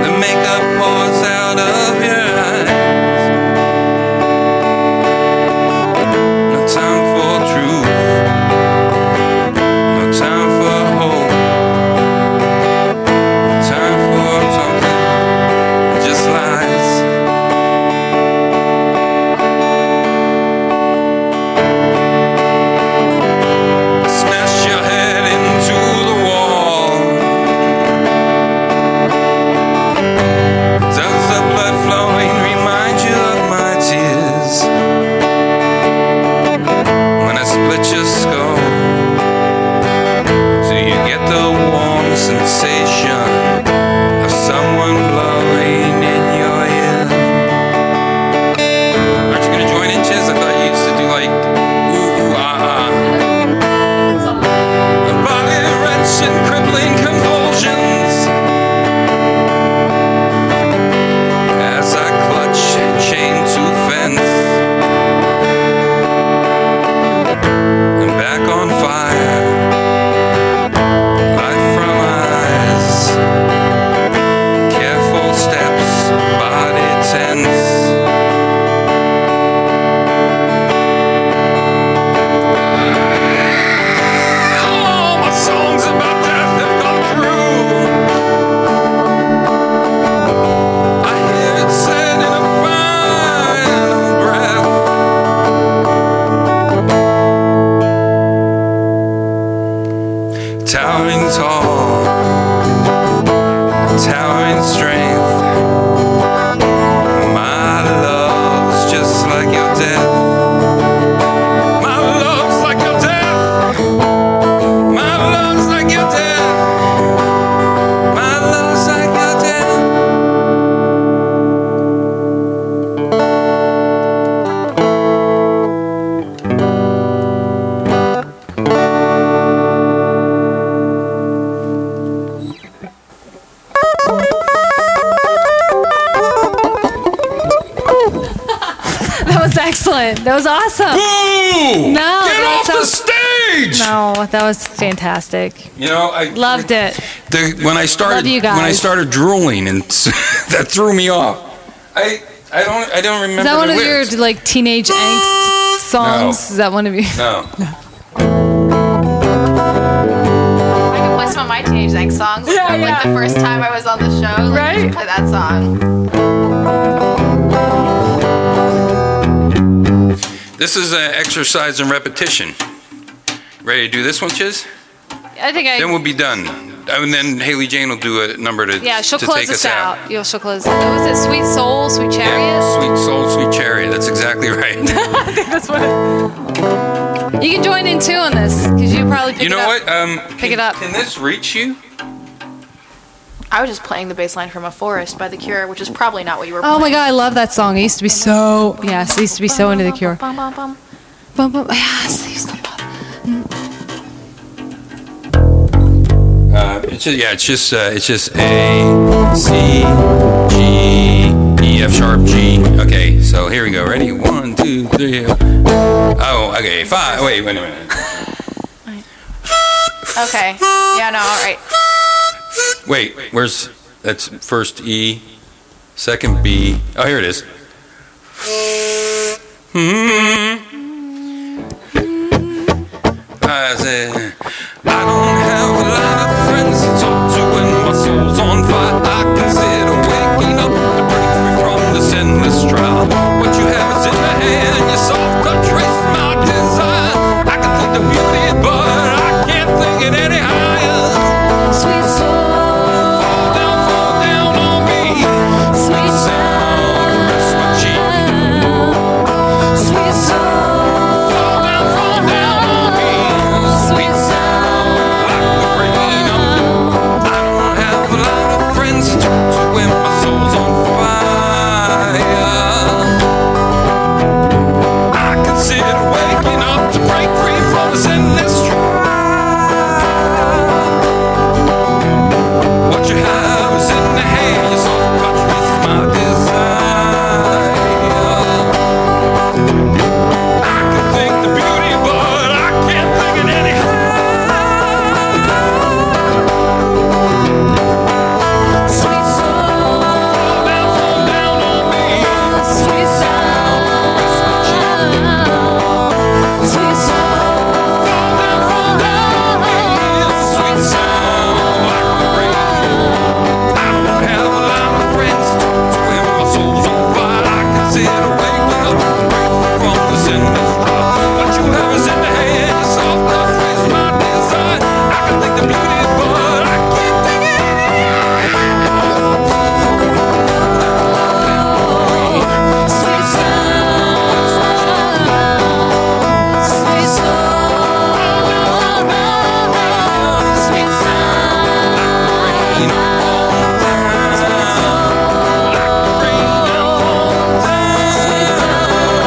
Speaker 3: The makeup pours out of your eyes. No time for truth. No time for hope. Time for something that just lies. ah,
Speaker 6: was excellent. That was awesome.
Speaker 3: Boo!
Speaker 6: No,
Speaker 3: Get off
Speaker 6: that's
Speaker 3: the
Speaker 6: a-
Speaker 3: stage!
Speaker 6: No, that was fantastic.
Speaker 3: You know, I
Speaker 6: Loved it.
Speaker 3: The, when I started
Speaker 6: Love you
Speaker 3: when I
Speaker 6: guys.
Speaker 3: started drooling and (laughs) that threw me off. I I don't I don't remember
Speaker 6: Is that
Speaker 3: the
Speaker 6: one of your
Speaker 3: lyrics.
Speaker 6: like teenage angst songs? Is that one of you?
Speaker 3: No.
Speaker 4: I can play some of my teenage angst songs. Like,
Speaker 6: Yeah, yeah.
Speaker 4: like the first time I was on the show, like, I
Speaker 6: Right.
Speaker 4: should play that song.
Speaker 3: This is an exercise in repetition. Ready to do this one, Chiz?
Speaker 6: I think I.
Speaker 3: Then we'll be done. And then Haley Jane will do a number to
Speaker 6: yeah, she'll
Speaker 3: to
Speaker 6: close
Speaker 3: take us
Speaker 6: us out. Yeah, she'll close. What was it? Sweet Soul, Sweet
Speaker 3: Yeah,
Speaker 6: Chariot.
Speaker 3: sweet soul, sweet cherry. That's exactly
Speaker 6: (laughs)
Speaker 3: right.
Speaker 6: You can join in too on this because you probably pick
Speaker 3: you know
Speaker 6: it
Speaker 3: what?
Speaker 6: up.
Speaker 3: Um, pick
Speaker 6: it up.
Speaker 3: Can this reach you?
Speaker 4: I was just playing the bass line from A Forest by The Cure, which is probably not what you were
Speaker 6: Oh
Speaker 4: playing.
Speaker 6: my god, I love that song. I used to be so yes, I used to be so into the Cure. Bum, bum, yes, I used to love-
Speaker 3: Uh, it's just, yeah, it's just uh, it's just A C G E F sharp G. Okay, so here we go. Ready? One, two, three. Oh, okay. Five. Wait, wait a minute.
Speaker 4: Okay. Yeah, no, all right.
Speaker 3: Wait, where's that's first E, second B. Oh, here it is. Hmm. I said, I don't have a lot of friends to talk to when my soul's on fire. I consider waking up to break free from this endless trial. What you have is in your hand, your soft touch raises my desire. I can think the beauty, but I can't think it any higher.
Speaker 9: Sweet soul,
Speaker 3: Fall down, fall down on me.
Speaker 9: sweet
Speaker 3: Sound, rest my cheek.
Speaker 9: soul, sweet soul,
Speaker 3: Fall down, fall down on me. Sweet sound, like the rain on me. I don't have a lot of friends to talk to when my soul's on fire. I consider waking up to break free from this endless trial. What you have is in the hand, your soft touch with my desire. I can think the beauty, but I can't think it any higher.
Speaker 9: sweet soul,
Speaker 3: Fall down, fall down on me.
Speaker 9: sweet soul,
Speaker 3: Press my cheek.
Speaker 9: sweet soul,
Speaker 3: Fall down, fall down on me. Sweet sound like the rain. I don't have a lot of friends, so when my soul's on fire, I consider waking up grateful from this endless drought. What you have is in the hand, your soft touch is my desire. I can think the beauty, but I can't think it.
Speaker 9: sweet soul, sweet soul, sweet soul.
Speaker 3: Rain on down, like the rain on down.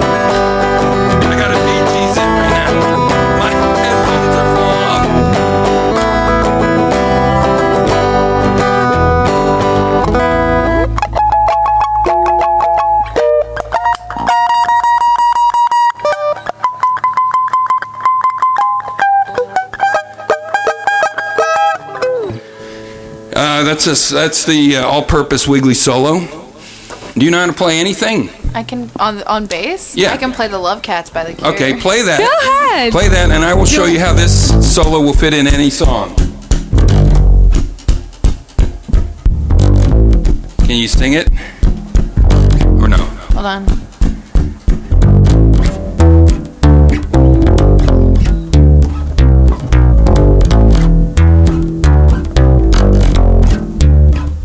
Speaker 3: I gotta beat Jesus right now. My headphones are falling off. Uh, that's a, that's the uh, all-purpose Wiggly solo. Do you know how to play anything?
Speaker 4: I can on on bass.
Speaker 3: Yeah.
Speaker 4: I can play the Love Cats by The Cure.
Speaker 3: Okay, play that.
Speaker 6: Go ahead.
Speaker 3: Play that, and I will show you how this solo will fit in any song. Can you sing it? Or no?
Speaker 6: Uh-huh.
Speaker 4: Hold on.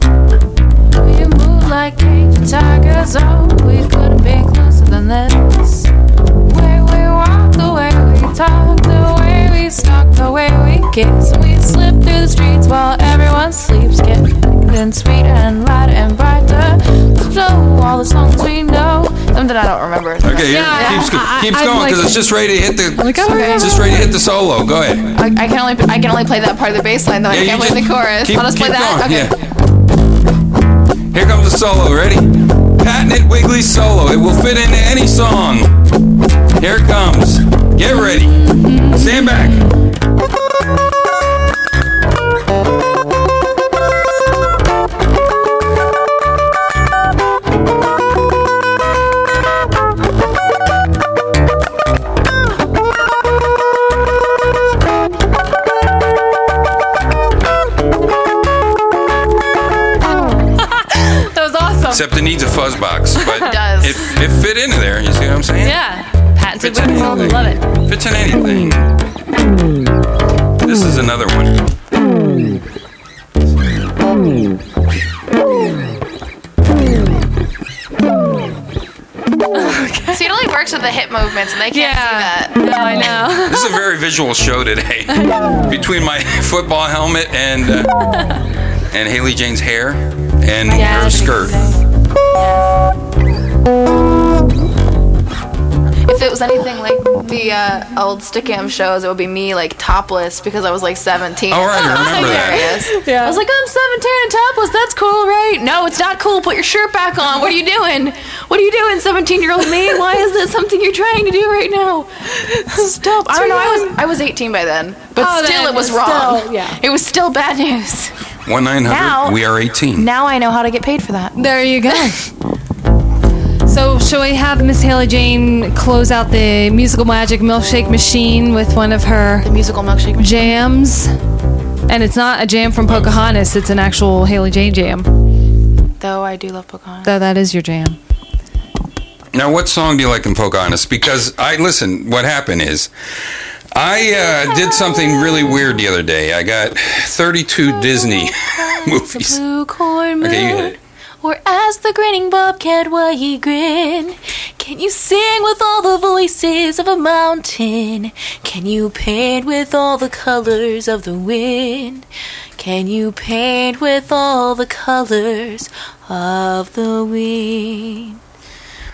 Speaker 9: We move like caged tigers, oh, we couldn't be closer than this. The way we walk, the way we talk, the way we stalk, the way we kiss. We slip through the streets while everyone sleeps, get then sweeter and lighter and brighter. So all the songs we know,
Speaker 4: Something I don't remember.
Speaker 3: Okay, okay, here,
Speaker 6: Yeah,
Speaker 3: keeps, go-
Speaker 6: I- I-
Speaker 3: keeps
Speaker 6: I'd
Speaker 3: going because
Speaker 6: like-
Speaker 3: it's just ready to hit the.
Speaker 6: Like, oh, yeah.
Speaker 3: it's just ready to hit the solo. Go ahead.
Speaker 4: Like, I can only I can only play that part of the bass line though. I
Speaker 3: you
Speaker 4: can't play
Speaker 3: just
Speaker 4: the chorus.
Speaker 3: Keep,
Speaker 4: I'll just play
Speaker 3: keep
Speaker 4: that. okay.
Speaker 3: Going. Yeah. Here comes the solo. Ready? Patented Wiggly solo. It will fit into any song. Here it comes. Get ready. Stand back.
Speaker 6: (laughs) That was awesome.
Speaker 3: Except it needs a fuzz
Speaker 6: (laughs)
Speaker 3: box, but it
Speaker 4: does.
Speaker 3: It, fit into there. You see what I'm saying?
Speaker 6: Yeah. Patented
Speaker 3: Fits in
Speaker 6: with all
Speaker 3: anything.
Speaker 6: love it.
Speaker 3: Fits in anything. This is another one.
Speaker 4: So it only works with the hip movements, and they can't
Speaker 6: Yeah.
Speaker 4: see that.
Speaker 6: No, I know.
Speaker 3: This is a very visual show
Speaker 4: (laughs)
Speaker 3: today. Between my football helmet and uh, and Haley Jane's hair and her skirt.
Speaker 4: If it was anything like the uh, old Stickam shows, it would be me like topless because I was like 17.
Speaker 3: All right, Oh, I remember that.
Speaker 4: (laughs) Hilarious. I was like, I'm 17 and topless. That's cool, right? No, it's not cool. Put your shirt back on. What are you doing? What are you doing, 17 year old me? Why is that something you're trying to do right now? Stop. I don't know. I was I was 18 by then, but
Speaker 6: Oh,
Speaker 4: still,
Speaker 6: then
Speaker 4: it was
Speaker 6: it's
Speaker 4: wrong.
Speaker 6: still- yeah.
Speaker 4: It was still bad news.
Speaker 3: One nine
Speaker 4: Now-
Speaker 3: hundred. We are eighteen.
Speaker 4: Now I know how to get paid for that.
Speaker 6: There you go. So, shall we have Miss Haley Jane close out the musical magic milkshake machine with one of her
Speaker 4: The musical milkshake. machine.
Speaker 6: jams? And it's not a jam from Pocahontas, it's an actual Haley Jane jam.
Speaker 4: Though I do love Pocahontas.
Speaker 6: Though that is your jam.
Speaker 3: Now, what song do you like in Pocahontas? Because I listen. What happened is, I uh, did something really weird the other day. I got thirty-two Disney (laughs) movies.
Speaker 9: Blue corn moon,
Speaker 3: Okay, you hit it.
Speaker 9: or as the grinning bobcat why he grin. Can you sing with all the voices of a mountain? Can you paint with all the colors of the wind? Can you paint with all the colors of the wind?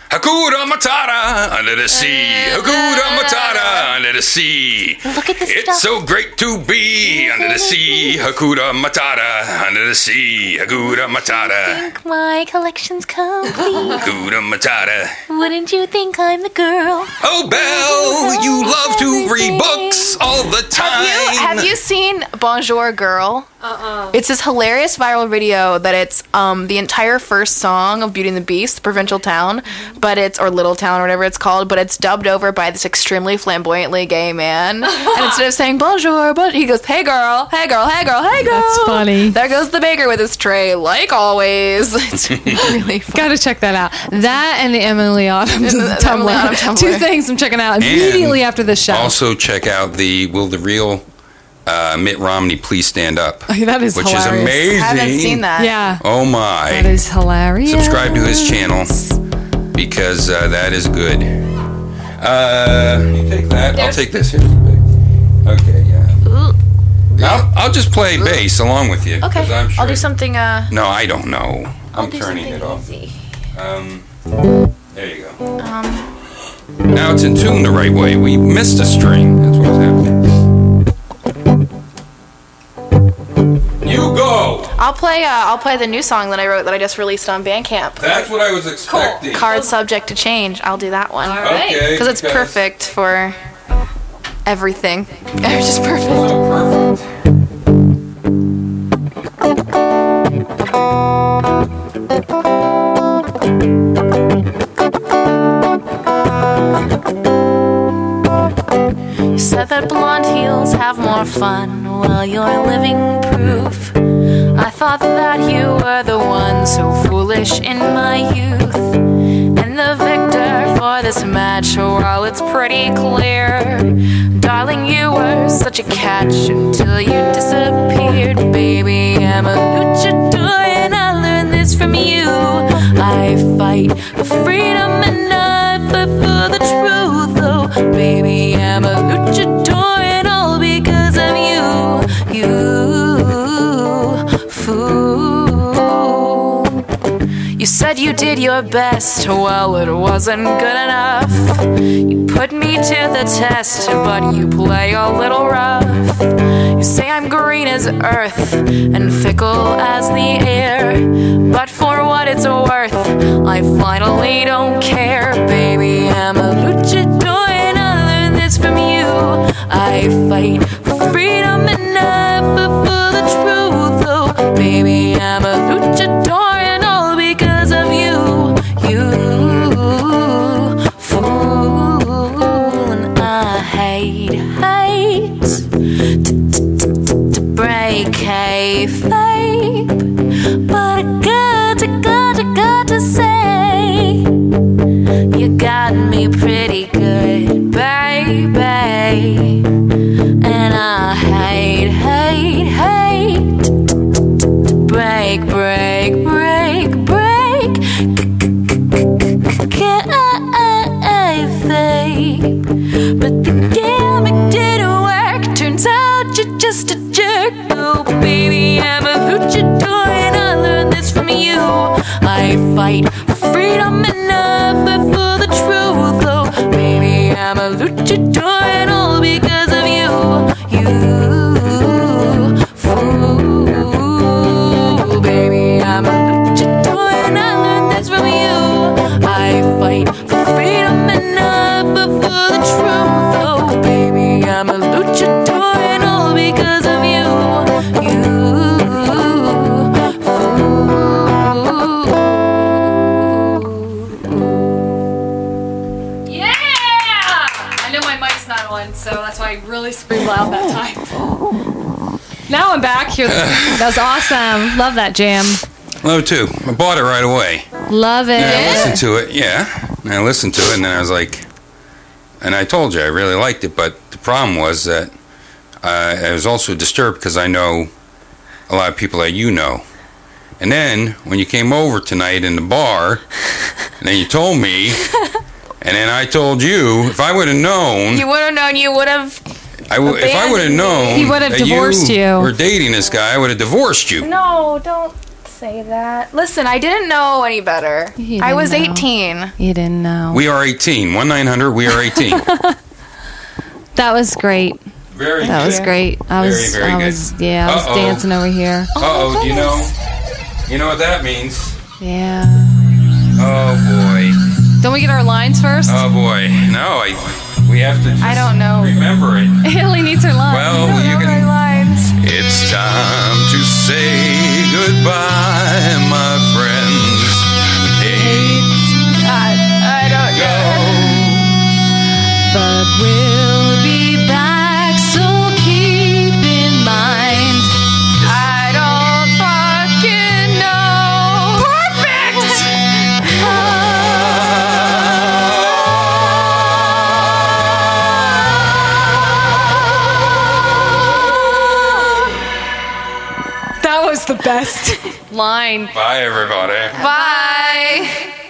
Speaker 3: Hakuna Matata under the sea. Hakuna Matata under the sea.
Speaker 9: Look at this
Speaker 3: It's so great to be under the sea, Hakuna Matata. Under the sea, Hakuna Matata.
Speaker 9: stuff. My collection's complete.
Speaker 3: Hakuna Matata.
Speaker 9: Wouldn't you think I'm the girl?
Speaker 3: Oh, Belle, you love to read books all the time.
Speaker 4: Have you, have you seen Bonjour Girl? Uh-uh. It's this hilarious viral video that it's um, the entire first song of Beauty and the Beast, Provincial Town, but it's or Little Town or whatever it's called, but it's dubbed over by this extremely flamboyantly gay man. and instead of saying bonjour, but he goes, "Hey girl, hey girl, hey girl, hey girl."
Speaker 6: That's funny.
Speaker 4: There goes the baker with his tray, like always. (laughs)
Speaker 3: (laughs)
Speaker 4: It's really funny.
Speaker 6: Gotta check that out. That and the Emily Autumn's
Speaker 4: And the
Speaker 6: (laughs) Tumblr.
Speaker 4: Emily Autumn Tumblr.
Speaker 6: Two things I'm checking out
Speaker 3: And
Speaker 6: immediately after this show.
Speaker 3: Also, check out the Will the Real uh, Mitt Romney Please Stand Up,
Speaker 4: Oh,
Speaker 6: that is
Speaker 3: which
Speaker 6: hilarious.
Speaker 3: is amazing.
Speaker 4: I haven't seen that.
Speaker 6: Yeah.
Speaker 3: Oh, my.
Speaker 6: That is hilarious.
Speaker 3: subscribe to his channel because uh, that is good. Uh, you take that. I'll take this. Here's the big. Okay, yeah. I'll, I'll just play bass along with you.
Speaker 4: Okay.
Speaker 3: 'cause I'm sure
Speaker 4: I'll do something uh
Speaker 3: No, I don't know. i am turning it off. Um, there you go.
Speaker 4: Um.
Speaker 3: now it's in tune the right way. We missed a string. That's what's happening. You go.
Speaker 4: I'll play uh, I'll play the new song that I wrote that I just released on Bandcamp.
Speaker 3: That's what I was expecting.
Speaker 4: card subject to change. I'll do that one.
Speaker 3: Okay,
Speaker 4: Because it's
Speaker 3: because-
Speaker 4: perfect for everything. (laughs) It's just perfect.
Speaker 3: So perfect.
Speaker 9: Said that blonde heels have more fun. Well, you're living proof. I thought that you were the one so foolish in my youth. And the victor for this match, while it's pretty clear. Darling, you were such a catch until you disappeared. Baby, I'm a luchador and I learned this from you. I fight for freedom and I fight for the truth. Oh, baby, I'm a luchador and all because of you. You fool. You said said you did your best. Well, it wasn't good enough. You put me to the test, but you play a little rough. You say I'm green as earth and fickle as the air. But for what it's worth, I finally don't care. Baby, I'm a luchador and I learned this from you. I fight for freedom and never for the truth. Oh, baby, I'm a luchador and all because of you. You fool, and I hate, hate break a faith. But I got to, got to, got to say, you got me pretty good, baby. And I hate, hate, hate. Break, break, break, break. Faith. But the gimmick didn't work. Turns out you're just a jerk. Oh, baby, I'm a luchador, and I learned this from you. I fight for freedom and never for the truth. Oh, baby, I'm a luchador, and all because of you. You fool, baby, I'm a luchador, and I learned this from you. I fight for freedom and never for the truth. Oh, baby, I'm a luchador and all because of you. You
Speaker 5: Yeah! I know my mic's not on, so that's why I really screamed loud that time. Oh. Now I'm back.
Speaker 3: (laughs)
Speaker 5: Here, that was awesome. Love that jam.
Speaker 3: Love Oh, too. I bought it right away.
Speaker 5: Love it.
Speaker 3: And I listened to it, yeah. And I listened to it, and then I was like, and I told you I really liked it, but the problem was that uh, I was also disturbed because I know a lot of people that you know. And then when you came over tonight in the bar, and then you told
Speaker 5: (laughs)
Speaker 3: me, and then I told you, if I would have known,
Speaker 4: You would have known. You would have.
Speaker 3: I w- if I would have known,
Speaker 5: He would've
Speaker 3: that
Speaker 5: divorced you.
Speaker 3: Were dating this guy, I would have divorced you.
Speaker 4: No, don't say that. Listen, I didn't know any better.
Speaker 5: You
Speaker 4: I was
Speaker 5: didn't know.
Speaker 4: 18.
Speaker 5: You didn't know.
Speaker 3: We are 18. 1 900, we are
Speaker 5: (laughs)
Speaker 3: 18.
Speaker 5: that was great.
Speaker 3: Very
Speaker 5: That was great. I
Speaker 3: Very,
Speaker 5: was,
Speaker 3: very
Speaker 5: I
Speaker 3: good.
Speaker 5: was, yeah, I was
Speaker 3: Uh-oh.
Speaker 5: dancing over here.
Speaker 3: Uh oh, you know, you know what that means.
Speaker 5: Yeah.
Speaker 3: Oh boy.
Speaker 5: Don't we get our lines first?
Speaker 3: Oh boy. No, I, we have to just
Speaker 4: I don't know.
Speaker 3: remember it.
Speaker 4: (laughs)
Speaker 5: (laughs) Haley needs her line.
Speaker 3: Well, you
Speaker 4: Sorry,
Speaker 3: can.
Speaker 4: lines.
Speaker 3: It's time to say goodbye, my friends. Eight
Speaker 4: God, I don't know.
Speaker 5: But we'll be back, so keep in mind.
Speaker 4: I don't fucking know.
Speaker 5: (laughs)
Speaker 4: Perfect.
Speaker 5: That was the best line.
Speaker 3: Bye, everybody.
Speaker 4: Bye.